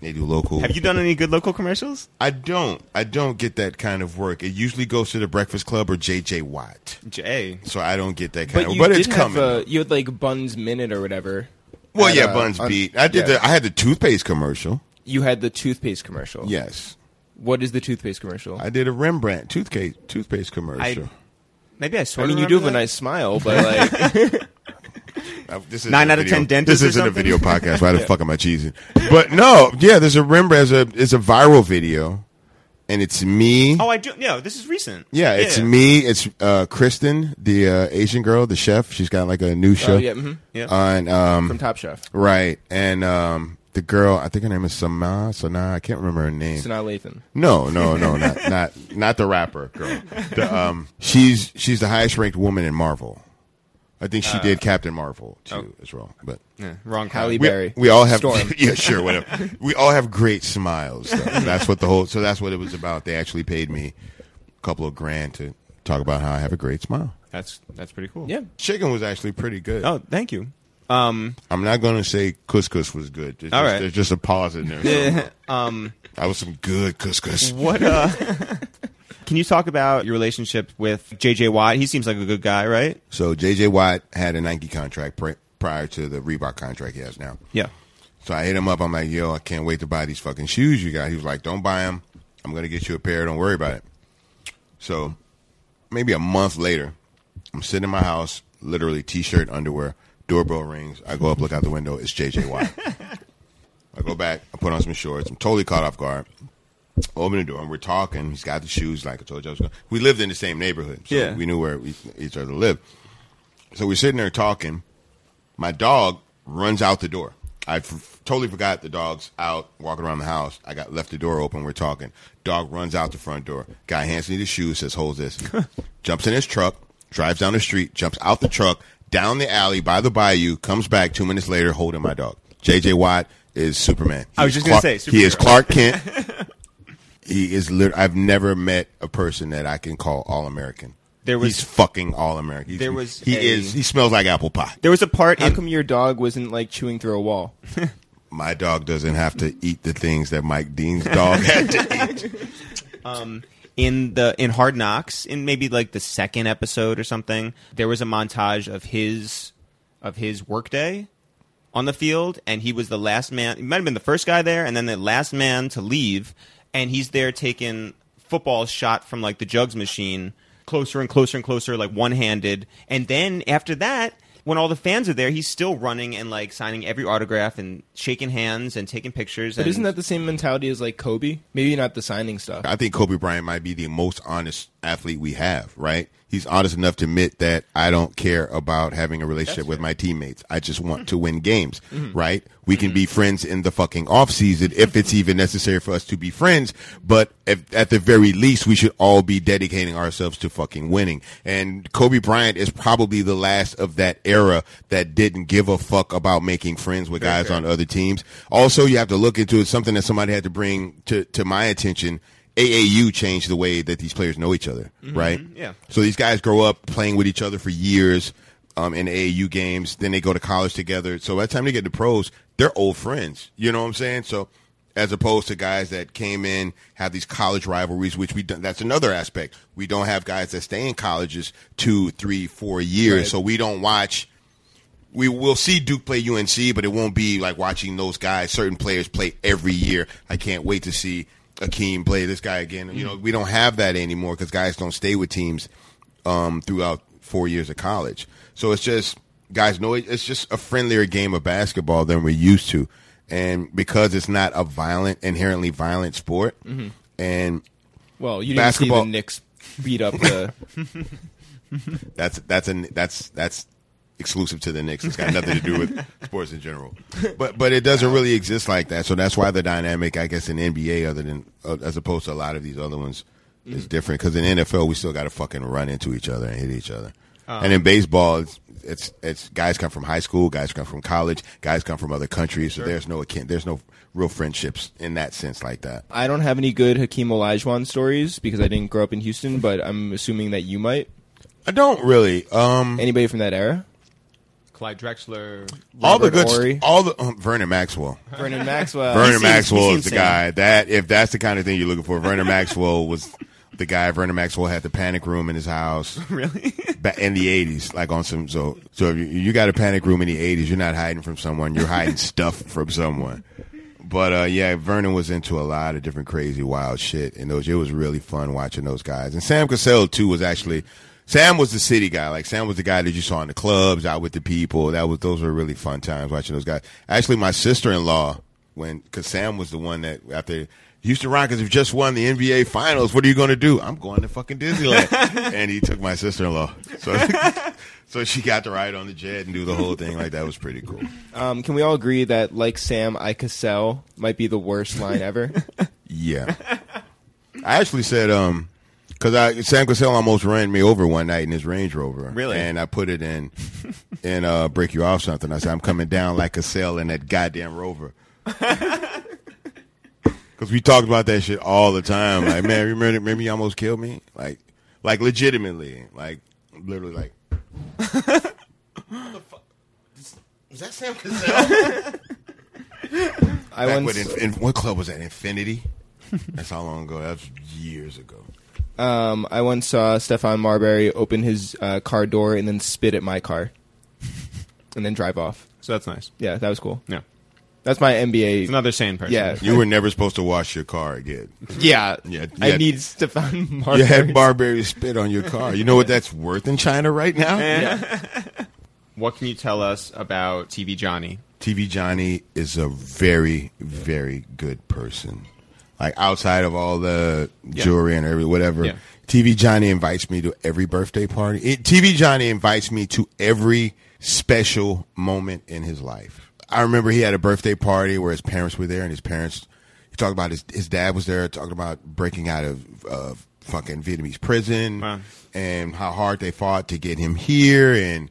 D: They do local.
C: Have you done any good local commercials?
D: I don't. I don't get that kind of work. It usually goes to the Breakfast Club or JJ Watt.
C: Jay.
D: So I don't get that kind
B: But
D: of.
B: you
D: But
B: did
D: it's
B: have,
D: coming.
B: uh, you had like Buns Minute or whatever.
D: well,
B: at,
D: yeah,
B: uh,
D: Buns
B: on-
D: beat. I did.
B: yeah.
D: The, I had the toothpaste commercial.
B: You had the toothpaste commercial.
D: Yes,
B: What is the toothpaste commercial?
D: I did a Rembrandt toothpaste toothpaste commercial.
C: Maybe I swear.
B: I mean, you do have a nice smile, but like,
D: Uh, this isn't
C: Nine
D: a
C: out of
D: video-
C: 10 dentists
D: This
C: or
D: isn't a
C: something?
D: video podcast. Why the fuck am I cheesing? But no, yeah, there's a Rembrandt. It's a, it's a viral video, and it's me.
C: Oh, I do. No, this is recent.
D: yeah, it's me. It's uh, Kristen, the uh, Asian girl, the chef. She's got like a new show
B: oh yeah, mhm,
C: Yeah.
D: on um,
B: from Top Chef,
D: right, and um, the girl. I think her name is Sama. Sana. I can't remember her name.
B: Sanaa Lathan.
D: No, no, no, not not not the rapper girl. The, um, she's she's the highest ranked woman in Marvel. I think
C: Uh.
D: she did Captain Marvel too
C: Oh.
D: as well, but.
C: Yeah, wrong.
B: Halle
C: Cali.
D: we,
B: Berry.
D: we all have
B: Storm.
D: yeah sure whatever we all have great smiles though. that's what the whole so that's what it was about they actually paid me a couple of grand to talk about how i have a great smile
C: That's that's pretty cool.
B: yeah.
D: chicken was actually pretty good
C: Oh, thank you. Um,
D: i'm not going to say couscous was good there's,
C: All
D: just,
C: right.
D: there's just a pause in there somewhere.
C: Um,
D: that was some good couscous
C: what? Uh, can you talk about your relationship with JJ Watt? He seems like a good guy, right?
D: so jj watt had a nike contract pri- prior to the reebok contract he has now
C: Yeah.
D: So I hit him up. I'm like, yo, I can't wait to buy these fucking shoes you got. He was like, don't buy them. I'm going to get you a pair. Don't worry about it. So maybe a month later, I'm sitting in my house, literally t shirt, underwear, doorbell rings. I go up, look out the window. It's JJ Watt. I go back. I put on some shorts. I'm totally caught off guard. open the door and we're talking. He's got the shoes, like I told you I was going. We lived in the same neighborhood, so
C: Yeah.
D: we knew where we, each other lived. So we're sitting there talking. My dog runs out the door. I f- totally forgot the dog's out walking around the house. I got left the door open. We're talking. Dog runs out the front door. Guy hands me the shoes, says, "Hold this." jumps in his truck, drives down the street, jumps out the truck, down the alley by the bayou, comes back two minutes later holding my dog. J.J. Watt is Superman.
C: I was
D: He's
C: just gonna
D: Clark-
C: say,
D: he is
C: superhero.
D: Clark Kent. he is. Lit- I've never met a person that I can call all American.
A: There was-
D: he's fucking all American.
A: There was
D: he
A: a-
D: is. He smells like apple pie.
A: There was a part
B: How
A: in
B: come your dog wasn't like chewing through a wall?
D: My dog doesn't have to eat the things that Mike Dean's dog had to eat.
A: in the in Hard Knocks in maybe like the second episode or something. There was a montage of his of his workday on the field, and he was the last man. He might have been the first guy there, and then the last man to leave. And he's there taking footballs shot from like the jugs machine, closer and closer and closer, like one handed. And then after that. When all the fans are there, he's still running and like signing every autograph and shaking hands and taking pictures.
B: But
A: and
B: isn't that the same mentality as like Kobe? Maybe not the signing stuff.
D: I think Kobe Bryant might be the most honest athlete we have. Right? He's honest enough to admit that I don't care about having a relationship with my teammates. I just want to win games. Right? We can be friends in the fucking off season if it's even necessary for us to be friends. But if, at the very least, we should all be dedicating ourselves to fucking winning. And Kobe Bryant is probably the last of that era that didn't give a fuck about making friends with guys on other teams. Also, you have to look into it. Something that somebody had to bring to, to my attention. AAU changed the way that these players know each other, right?
A: yeah.
D: So these guys grow up playing with each other for years um, in AAU games. Then they go to college together. So by the time they get to pros, they're old friends. You know what I'm saying? So as opposed to guys that came in have these college rivalries, which we don't, that's another aspect. We don't have guys that stay in colleges two, three, four years. So we don't watch we will see Duke play UNC, but it won't be like watching those guys, certain players play every year. I can't wait to see Akeem play this guy again. You know, we don't have that anymore because guys don't stay with teams um, throughout four years of college. So it's just guys know it- it's just a friendlier game of basketball than we're used to, and because it's not a violent, inherently violent sport, and
B: Well, you didn't
D: Basketball-
B: see the Knicks beat up the.
D: That's that's an that's that's exclusive to the Knicks. It's got nothing to do with sports in general. But but it doesn't really exist like that. So that's why the dynamic, I guess, in NBA, other than uh, as opposed to a lot of these other ones, is different. Because in NFL, we still got to fucking run into each other and hit each other. and in baseball, it's, it's it's guys come from high school, guys come from college, guys come from other countries. So there's no akin, there's no real friendships in that sense like that.
B: I don't have any good Hakeem Olajuwon stories because I didn't grow up in Houston, but I'm assuming that you might.
D: I don't really. Um,
B: Anybody from that era?
C: Clyde Drexler.
D: all
B: Robert
D: the good,
B: Ory.
D: st- all the um, Vernon Maxwell.
B: Vernon Maxwell.
D: Vernon
A: seems-
D: Maxwell
A: he
D: is
A: seems
D: the
A: sane.
D: guy that if that's the kind of thing you're looking for. Vernon Maxwell was the guy. Vernon Maxwell had the panic room in his house. Really? in the '80s, like on some so so if you, you got a panic room in the '80s. You're not hiding from someone. You're hiding stuff from someone. But uh, yeah, Vernon was into a lot of different crazy, wild shit, and those it was really fun watching those guys. And Sam Cassell too was actually Sam was the city guy. Like Sam was the guy that you saw in the clubs, out with the people. That was those were really fun times watching those guys. Actually, my sister in law when because Sam was the one that after Houston Rockets have just won the NBA Finals, what are you going to do? I'm going to fucking Disneyland, and he took my sister in law. So. So she got to ride on the jet and do the whole thing like that was pretty cool.
B: Um, can we all agree that like Sam, I Cassell might be the worst line ever?
D: Yeah. I actually said, um, because I Sam Cassell almost ran me over one night in his Range Rover.
A: Really?
D: And I put it in, in uh, break you off something. I said, I'm coming down like Cassell in that goddamn Rover. Because we talked about that shit all the time. Like, man, remember, remember you almost killed me? Like, like legitimately, like literally, like. Is that Sam Cassell?
B: I
D: Back
B: once
D: with, in, in, what club was that? Infinity. That's how long ago. That's years ago.
B: um, I once saw Stefan Marbury open his uh, car door and then spit at my car, and then drive off.
C: So that's nice.
B: Yeah, that was cool.
C: Yeah.
B: That's my NBA.
C: It's another sane person.
B: yeah,
D: You were never supposed to wash your car again.
B: yeah,
D: Yeah, yeah.
B: I need Stefan Marbury.
D: You had Barberry spit on your car. You know what that's worth in China right now?
C: What can you tell us about TV Johnny?
D: TV Johnny is a very, very good person. like outside of all the jewelry and every whatever.
A: Yeah.
D: TV Johnny invites me to every birthday party. It, TV Johnny invites me to every special moment in his life. I remember he had a birthday party where his parents were there, and his parents he talked about his his dad was there talking about breaking out of uh, fucking Vietnamese prison
A: Wow.
D: and how hard they fought to get him here, and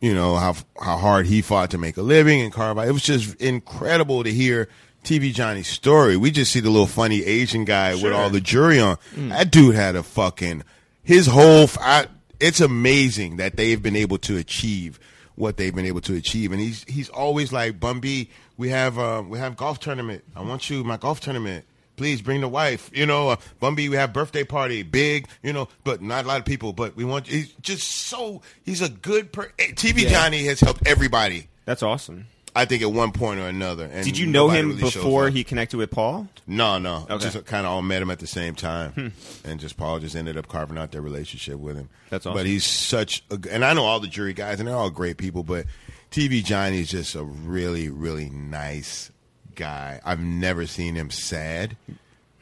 D: you know how how hard he fought to make a living and carve out. It was just incredible to hear TV Johnny's story. We just see the little funny Asian guy with all the jewelry on. That dude had a fucking his whole. f I it's amazing that they've been able to achieve what they've been able to achieve, and he's he's always like Bumby. We have um, we have golf tournament. I want you my golf tournament. Please bring the wife. You know, uh, Bumby, we have birthday party, big, you know, but not a lot of people. But we want, he's just so, he's a good per. eh, TV Johnny has helped everybody,
A: That's awesome.
D: I think, at one point or another. And
A: Did you know
D: nobody
A: him
D: really shows
A: before
D: up.
A: he connected with Paul?
D: No, no.
A: Okay. Hmm.
D: Just kind of all met him at the same time, and just Paul just ended up carving out their relationship with him.
A: That's awesome.
D: But he's such, a, g- and I know all the jury guys, and they're all great people. But TV Johnny is just a really, really nice guy. I've never seen him sad.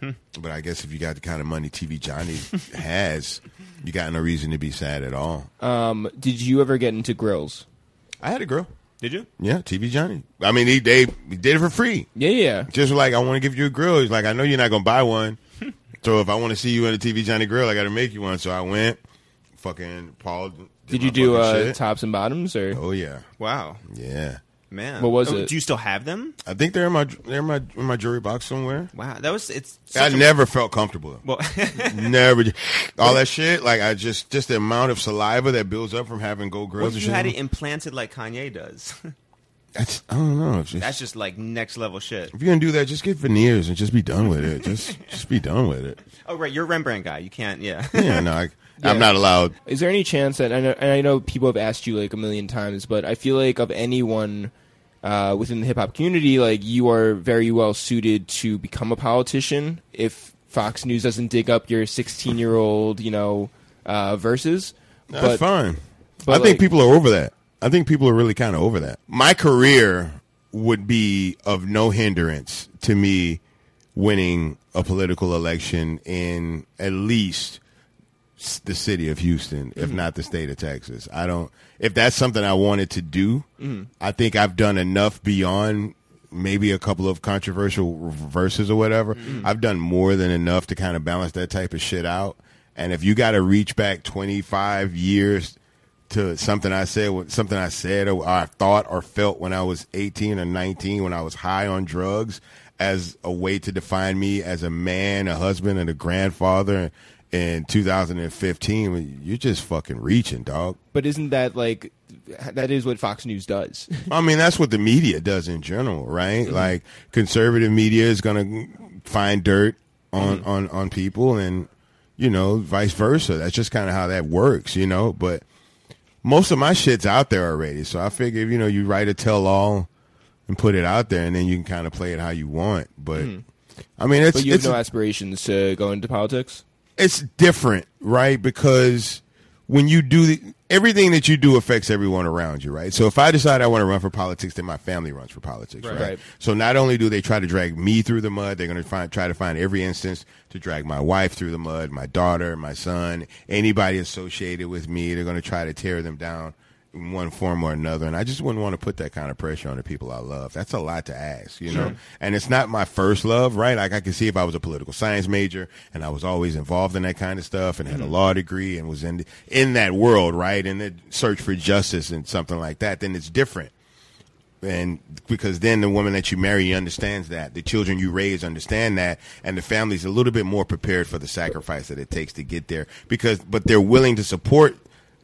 A: Hmm.
D: But I guess if you got the kind of money TV Johnny has, you got no reason to be sad at all.
A: Uh,
B: Um, did you ever get into grills?
D: I had a girl.
A: Did you?
D: Yeah, TV Johnny. I mean, he they he did it for free.
B: Yeah, yeah.
D: just like I want to give you a grill. He's like, I know you're not gonna buy one, so if I want to see you in a TV Johnny grill, I got to make you one. So I went, fucking Paul. Did,
B: Did
D: my
B: you do
D: fucking
B: uh,
D: shit.
B: tops and bottoms or?
D: Oh yeah,
A: Wow,
D: yeah.
A: man.
B: What was
A: Oh,
B: it?
A: Do you still have them?
D: I think they're in my they're in my in my jewelry box somewhere.
A: Wow, that was it's.
D: I
A: such a-
D: never felt comfortable.
A: Well,
D: never did. all that shit. Like I just just the amount of saliva that builds up from having gold
A: what if
D: grills. and
A: you
D: shit.
A: had it implanted like Kanye does?
D: That's- I don't know. It's just-
A: That's just like next level shit.
D: if you're gonna do that, just get veneers and just be done with it. Just just be done with it.
A: Oh right, you're a Rembrandt guy. You can't. Yeah.
D: Yeah, no, I,
B: Yeah.
D: I'm not allowed.
B: Is there any chance that I know, and I know people have asked you like a million times, but I feel like of anyone uh, within the hip hop community, like you are very well suited to become a politician if Fox News doesn't dig up your 16 year old, you know, uh, verses.
D: That's fine.
B: but,
D: I think
B: like-
D: people are over that. I think people are really kind of over that. My career would be of no hindrance to me winning a political election in at least s- the city of Houston, if not the state of Texas. I don't. If that's something I wanted to do, I think I've done enough beyond maybe a couple of controversial r- verses or whatever. I've done more than enough to kind of balance that type of shit out. And if you got to reach back twenty five years to something I said, something I said or I thought or felt when I was 18 or 19, when I was high on drugs, as a way to define me as a man, a husband, and a grandfather. In 2015, when you're just fucking reaching, dog.
B: But isn't that like that is what Fox News does?
D: I mean, that's what the media does in general, right?
B: Mm-hmm.
D: Like conservative media is going to find dirt on
B: Mm-hmm.
D: on on people, and you know, vice versa. That's just kind of how that works, you know. But most of my shit's out there already, so I figure you know, you write a tell all and put it out there, and then you can kind of play it how you want. But I mean, it's
B: Mm-hmm. But you have
D: it's
B: no aspirations to go into politics.
D: it's different, right? Because when you do the, everything that you do affects everyone around you, right? So if I decide I want to run for politics, then my family runs for politics, right?
B: Right.
D: So not only do they try to drag me through the mud, they're going to find, try to find every instance to drag my wife through the mud, my daughter, my son, anybody associated with me. They're going to try to tear them down in one form or another. And I just wouldn't want to put that kind of pressure on the people I love. That's a lot to ask, you know? And it's not my first love, right? Like I can see if I was a political science major and I was always involved in that kind of stuff and had a law degree and was in, in that world, right? And the search for justice and something like that, then it's different and because then the woman that you marry understands that the children you raise understand that and the family's a little bit more prepared for the sacrifice that it takes to get there because but they're willing to support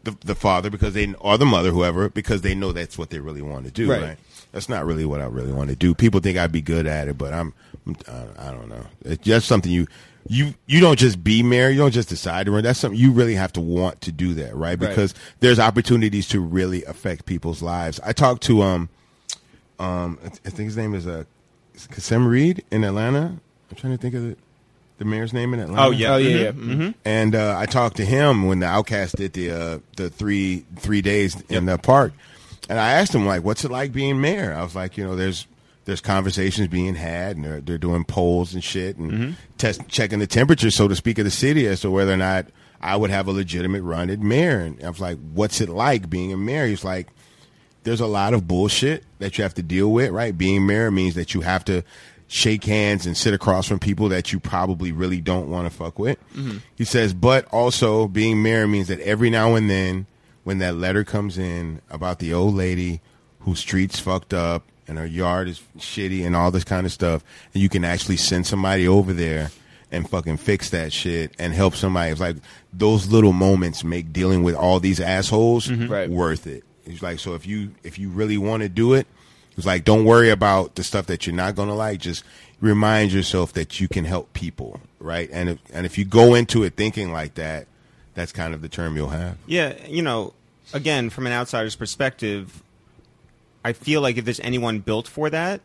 D: the, the father because they or the mother whoever because they know that's what they really want to do
B: Right.
D: right, that's not really what i really want to do people think i'd be good at it but i'm uh, i don't know it's just something you you you don't just be married you don't just decide to run that's something you really have to want to do that
B: Right.
D: right because there's opportunities to really affect people's lives i talked to um um, I th- I think his name is uh, Kasem Reed in Atlanta. I'm trying to think of the, the mayor's name in Atlanta.
A: Oh yeah.
B: Oh yeah,
A: Mhm.
B: yeah.
D: And uh, I talked to him when the Outcast did the uh, the three three days in the park, and I asked him like, "What's it like being mayor?" I was like, "You know, there's there's conversations being had, and they're, they're doing polls and shit, and
A: Mm-hmm.
D: test checking the temperature, so to speak, of the city as to whether or not I would have a legitimate run at mayor. And I was like, what's it like being a mayor? He's like, there's a lot of bullshit that you have to deal with, right? Being mayor means that you have to shake hands and sit across from people that you probably really don't want to fuck with. He says, but also being mayor means that every now and then, when that letter comes in about the old lady whose streets fucked up and her yard is shitty and all this kind of stuff, and you can actually send somebody over there and fucking fix that shit and help somebody. It's like those little moments make dealing with all these assholes
B: Right.
D: worth it. He's like, so if you if you really want to do it, it's like don't worry about the stuff that you're not gonna like. Just remind yourself that you can help people, right? And if, and if you go into it thinking like that, that's kind of the term you'll have.
A: Yeah, you know, again, from an outsider's perspective, I feel like if there's anyone built for that,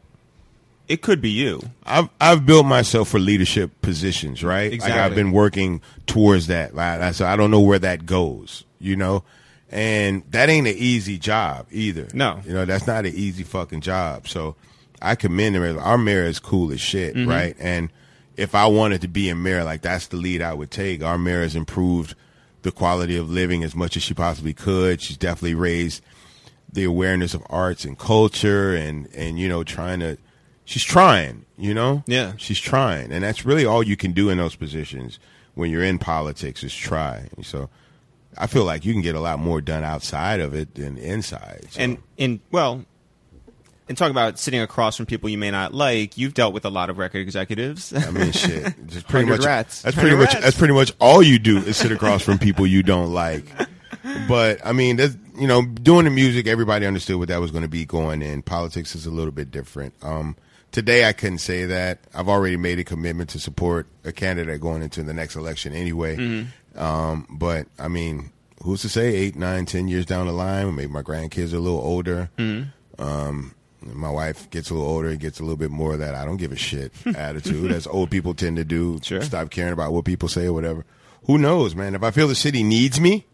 A: it could be you.
D: I've I've built myself for leadership positions, right? Like I've
A: Exactly.
D: been working towards that. Like I so I don't know where that goes, you know? And that ain't an easy job either.
A: No.
D: You know, that's not an easy fucking job. So I commend him. Our mayor is cool as shit,
A: Mm-hmm.
D: right? And if I wanted to be a mayor, like that's the lead I would take. Our mayor has improved the quality of living as much as she possibly could. She's definitely raised the awareness of arts and culture and and you know trying to she's trying you know
A: Yeah.
D: she's trying and that's really all you can do in those positions when you're in politics is try so i feel like you can get a lot more done outside of it than inside so.
A: And in well, and talk about sitting across from people you may not like. You've dealt with a lot of record executives.
D: I mean, shit. Just pretty
B: 100
D: much.
B: rats.
D: That's pretty
A: 100
D: much.
A: rats.
D: That's pretty much all you do is sit across from people you don't like. But I mean, that's you know, doing the music, everybody understood what that was going to be going in. Politics is a little bit different. Um, today, I couldn't say that. I've already made a commitment to support a candidate going into the next election anyway. Um, but I mean, who's to say eight, nine, ten years down the line, maybe my grandkids are a little older. Um, my wife gets a little older and gets a little bit more of that I don't give a shit attitude. That's old people tend to do.
A: Sure.
D: Stop caring about what people say or whatever. Who knows, man? If I feel the city needs me,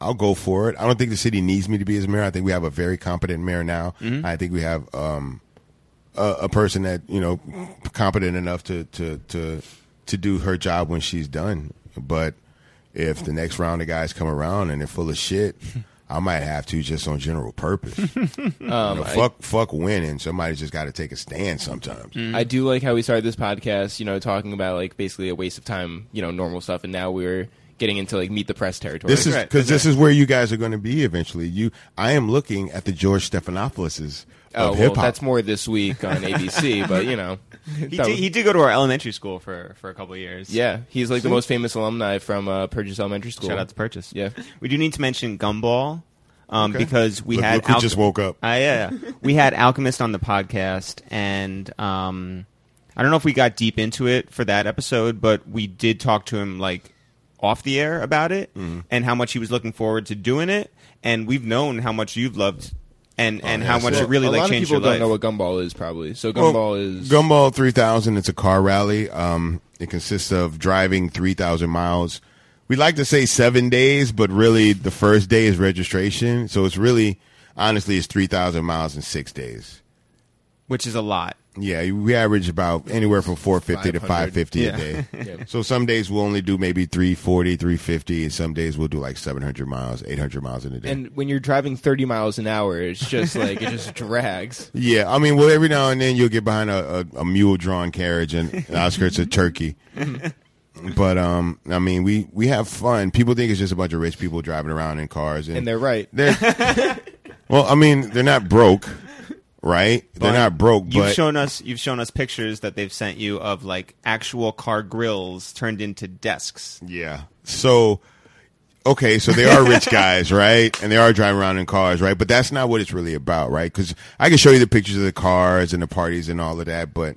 D: I'll go for it. I don't think the city needs me to be as mayor. I think we have a very competent mayor now. I think we have um, a, a person that you know competent enough to to to to do her job when she's done. But if the next round of guys come around and they're full of shit, I might have to just on general purpose. You know, fuck fuck winning. Somebody's just got to take a stand sometimes.
A: Mm-hmm.
B: I do like how we started this podcast, you know, talking about like basically a waste of time, you know, normal stuff, and now we're getting into like meet the press territory.
D: This is because this is where you guys are going to be eventually. You, I am looking at the George Stephanopoulos's
B: oh
D: of
B: well,
D: hip hop.
B: that's more this week on ABC, but you know,
A: he,
B: that
A: did,
B: was-
A: he did go to our elementary school for for a couple of years.
B: yeah, he's like the most famous alumni from uh, Purchase Elementary School.
A: Shout out to Purchase.
B: Yeah.
A: We do need to mention Gumball um, because we
D: Look-
A: had
D: look who
A: Alch-
D: just woke up.
A: Ah, yeah, yeah. we had Alchemist on the podcast, and um, I don't know if we got deep into it for that episode, but we did talk to him like off the air about it
D: Mm.
A: and how much he was looking forward to doing it. And we've known how much you've loved and and
D: Oh, yeah,
A: how much
D: so-
A: it really
B: a
A: like
B: lot of
A: changed
B: people
A: your life.
B: don't know what gumball is, probably. So
D: Well,
B: gumball is
D: Gumball 3000. It's a car rally. Um, it consists of driving 3,000 miles. We like to say seven days, but really the first day is registration. So it's really, honestly, it's 3,000 miles in six days.
A: which is a lot.
D: Yeah, we average about anywhere from 450 to
B: 500.
D: 550 a day.
B: Yeah.
D: So some days we'll only do maybe 340, 350, and some days we'll do like 700 miles, 800 miles in a day.
B: and when you're driving 30 miles an hour, it's just like it just drags.
D: Yeah, I mean, well, every now and then you'll get behind a, a, a mule-drawn carriage and the outskirts of Turkey. But um, I mean, we we have fun. People think it's just a bunch of rich people driving around in cars, and,
B: And they're right.
D: They're, well, I mean, they're not broke, right? they're not broke,
A: You've
D: but
A: shown us you've shown us pictures that they've sent you of like actual car grills turned into desks.
D: Yeah. So, okay, so they are rich guys, right? And they are driving around in cars, right? But that's not what it's really about, right? Because I can show you the pictures of the cars and the parties and all of that, but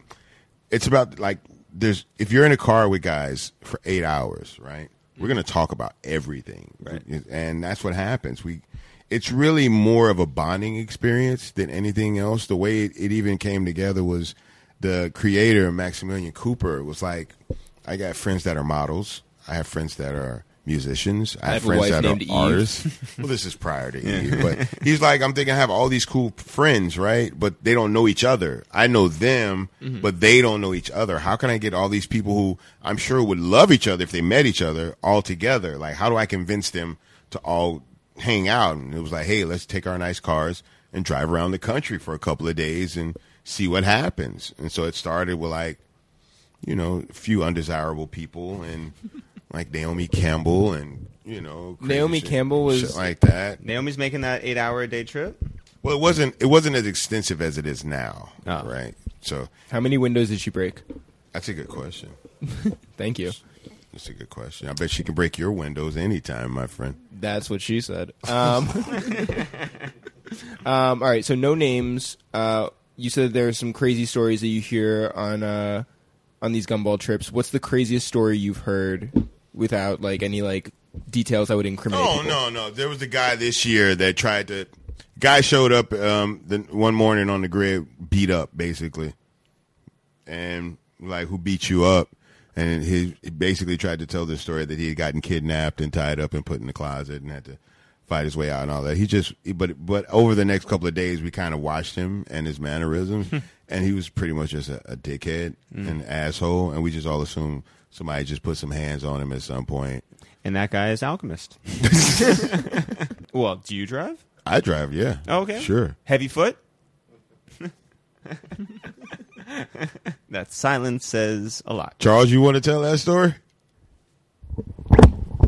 D: it's about like there's if you're in a car with guys for eight hours, right? We're gonna talk about everything, right? And that's what happens. We. It's really more of a bonding experience than anything else. The way it, it even came together was the creator Maximilian Cooper was like, I got friends that are models. I have friends that are musicians. I, have
B: have a
D: friends
B: wife
D: that are
B: named Eve.
D: artists. well, this is prior to Eve, but he's like, I'm thinking I have all these cool friends, right? But they don't know each other. I know them, but they don't know each other. How can I get all these people who I'm sure would love each other if they met each other all together? Like, how do I convince them to all hang out? And it was like, hey, let's take our nice cars and drive around the country for a couple of days and see what happens. And so it started with like you know, a few undesirable people and like Naomi Campbell and you know crazy
B: Naomi
D: shit-
B: Campbell was-
D: shit like that.
A: Naomi's making that eight hour a day trip.
D: Well, it wasn't it wasn't as extensive as it is now,
B: Ah.
D: right? So
B: How many windows did she break?
D: that's a good question.
B: Thank you.
D: That's a good question. I bet she can break your windows anytime, my friend.
B: That's what she said. Um, um, all right. So no names. Uh, you said there are some crazy stories that you hear on uh, on these gumball trips. What's the craziest story you've heard without like any like details that would incriminate?
D: Oh
B: people?
D: no, no. There was a guy this year that tried to. Guy showed up um, the, one morning on the grid, beat up basically, and like who beat you up, and he he basically tried to tell this story that he had gotten kidnapped and tied up and put in the closet and had to fight his way out and all that. He just, but but over the next couple of days, we kind of watched him and his mannerisms, and he was pretty much just a, a dickhead, an asshole, and we just all assumed somebody just put some hands on him at some point.
A: And that guy is Alchemist. well, do you drive? Oh,
D: I drive, yeah.
A: Okay.
D: Sure.
A: Heavy foot? that silence says a lot.
D: Charles, you want to tell that story?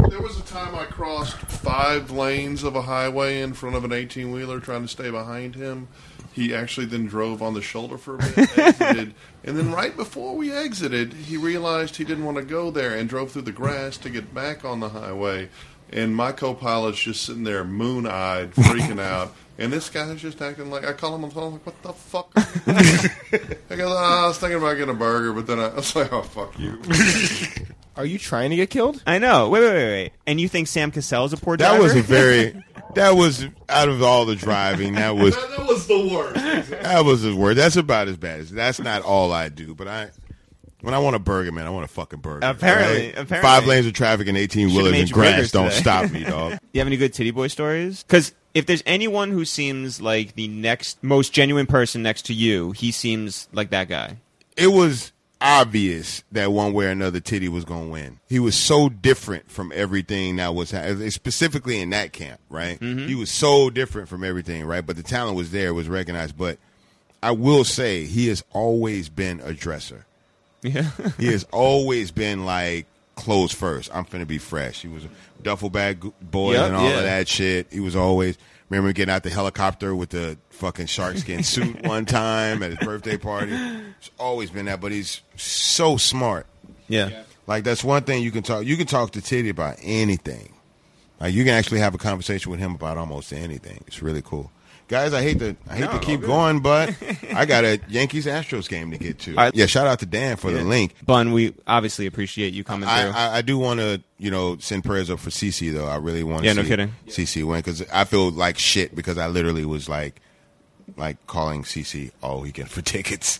H: There was a time I crossed five lanes of a highway in front of an 18 wheeler trying to stay behind him. He actually then drove on the shoulder for a bit, exited, and then right before we exited, he realized he didn't want to go there and drove through the grass to get back on the highway. And my co pilot's just sitting there moon eyed, freaking out. And this guy's just acting like I call him on the phone, like, what the fuck? I go, "Ah, I was thinking about getting a burger, but then I, I was like, oh, fuck you.
B: Are you trying to get killed?
A: I know. Wait, wait, wait, wait. And you think Sam Cassell's a poor
D: That
A: driver?
D: was a very that was out of all the driving, that was
H: that, that was the worst.
D: that was his word. That's about as bad as that's not all I do, but I when I want a burger, man, I want a fucking burger.
A: Apparently,
D: right?
A: apparently.
D: Five lanes of traffic and eighteen
A: Should've
D: wheelers
A: made
D: and
A: you
D: grass
A: burgers
D: don't
A: today.
D: stop me, dog.
A: You have any good titty boy stories? Because if there's anyone who seems like the next most genuine person next to you, he seems like that guy.
D: it was obvious that one way or another Titty was going to win. He was so different from everything that was ha- specifically in that camp, right? He was so different from everything, right? But the talent was there, was recognized. But I will say, he has always been a dresser.
A: Yeah.
D: He has always been like clothes first. I'm finna be fresh. He was a duffel bag g- boy
A: Yep,
D: and all
A: yeah.
D: of that shit. He was always remember getting out the helicopter with the fucking shark skin suit one time at his birthday party. It's always been that, but he's so smart.
A: yeah.
D: Like that's one thing you can talk. You can talk to Titty about anything. Like you can actually have a conversation with him about almost anything. It's really cool. Guys, I hate to I hate to keep going, but I got a Yankees Astros game to get to.
A: right.
D: Yeah, shout out to Dan for the link.
A: Bun, we obviously appreciate you coming
D: I,
A: through.
D: I, I do want to, you know, send prayers up for CC though. I really want to.
A: Yeah, no
D: see
A: kidding.
D: CC win because I feel like shit because I literally was like, like calling CC all weekend for tickets,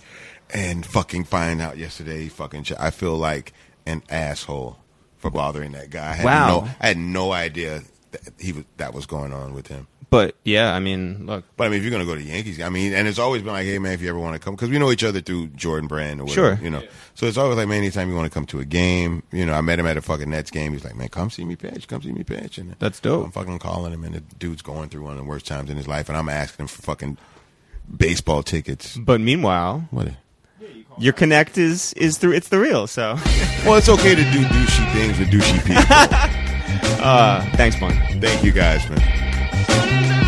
D: and fucking find out yesterday. he Fucking, ch- I feel like an asshole for bothering that guy. I had
A: Wow.
D: no, I had no idea that he was that was going on with him.
A: but yeah, I mean, look,
D: But I mean, if you're gonna go to Yankees, I mean, and it's always been like, hey man, if you ever want to come, because we know each other through Jordan Brand or whatever,
A: Sure.
D: you know. So it's always like, man, anytime you want to come to a game, you know, I met him at a fucking Nets game. He's like, man, come see me pitch, come see me pitch, and
A: That's dope.
D: I'm fucking calling him, and the dude's going through one of the worst times in his life, and I'm asking him for fucking baseball tickets.
A: but meanwhile,
D: What? a-
A: your connect is is through it's the real. So
D: Well, it's okay to do douchey things with douchey people.
A: thanks, Bun.
D: Thank you guys, man.
I: Thank you.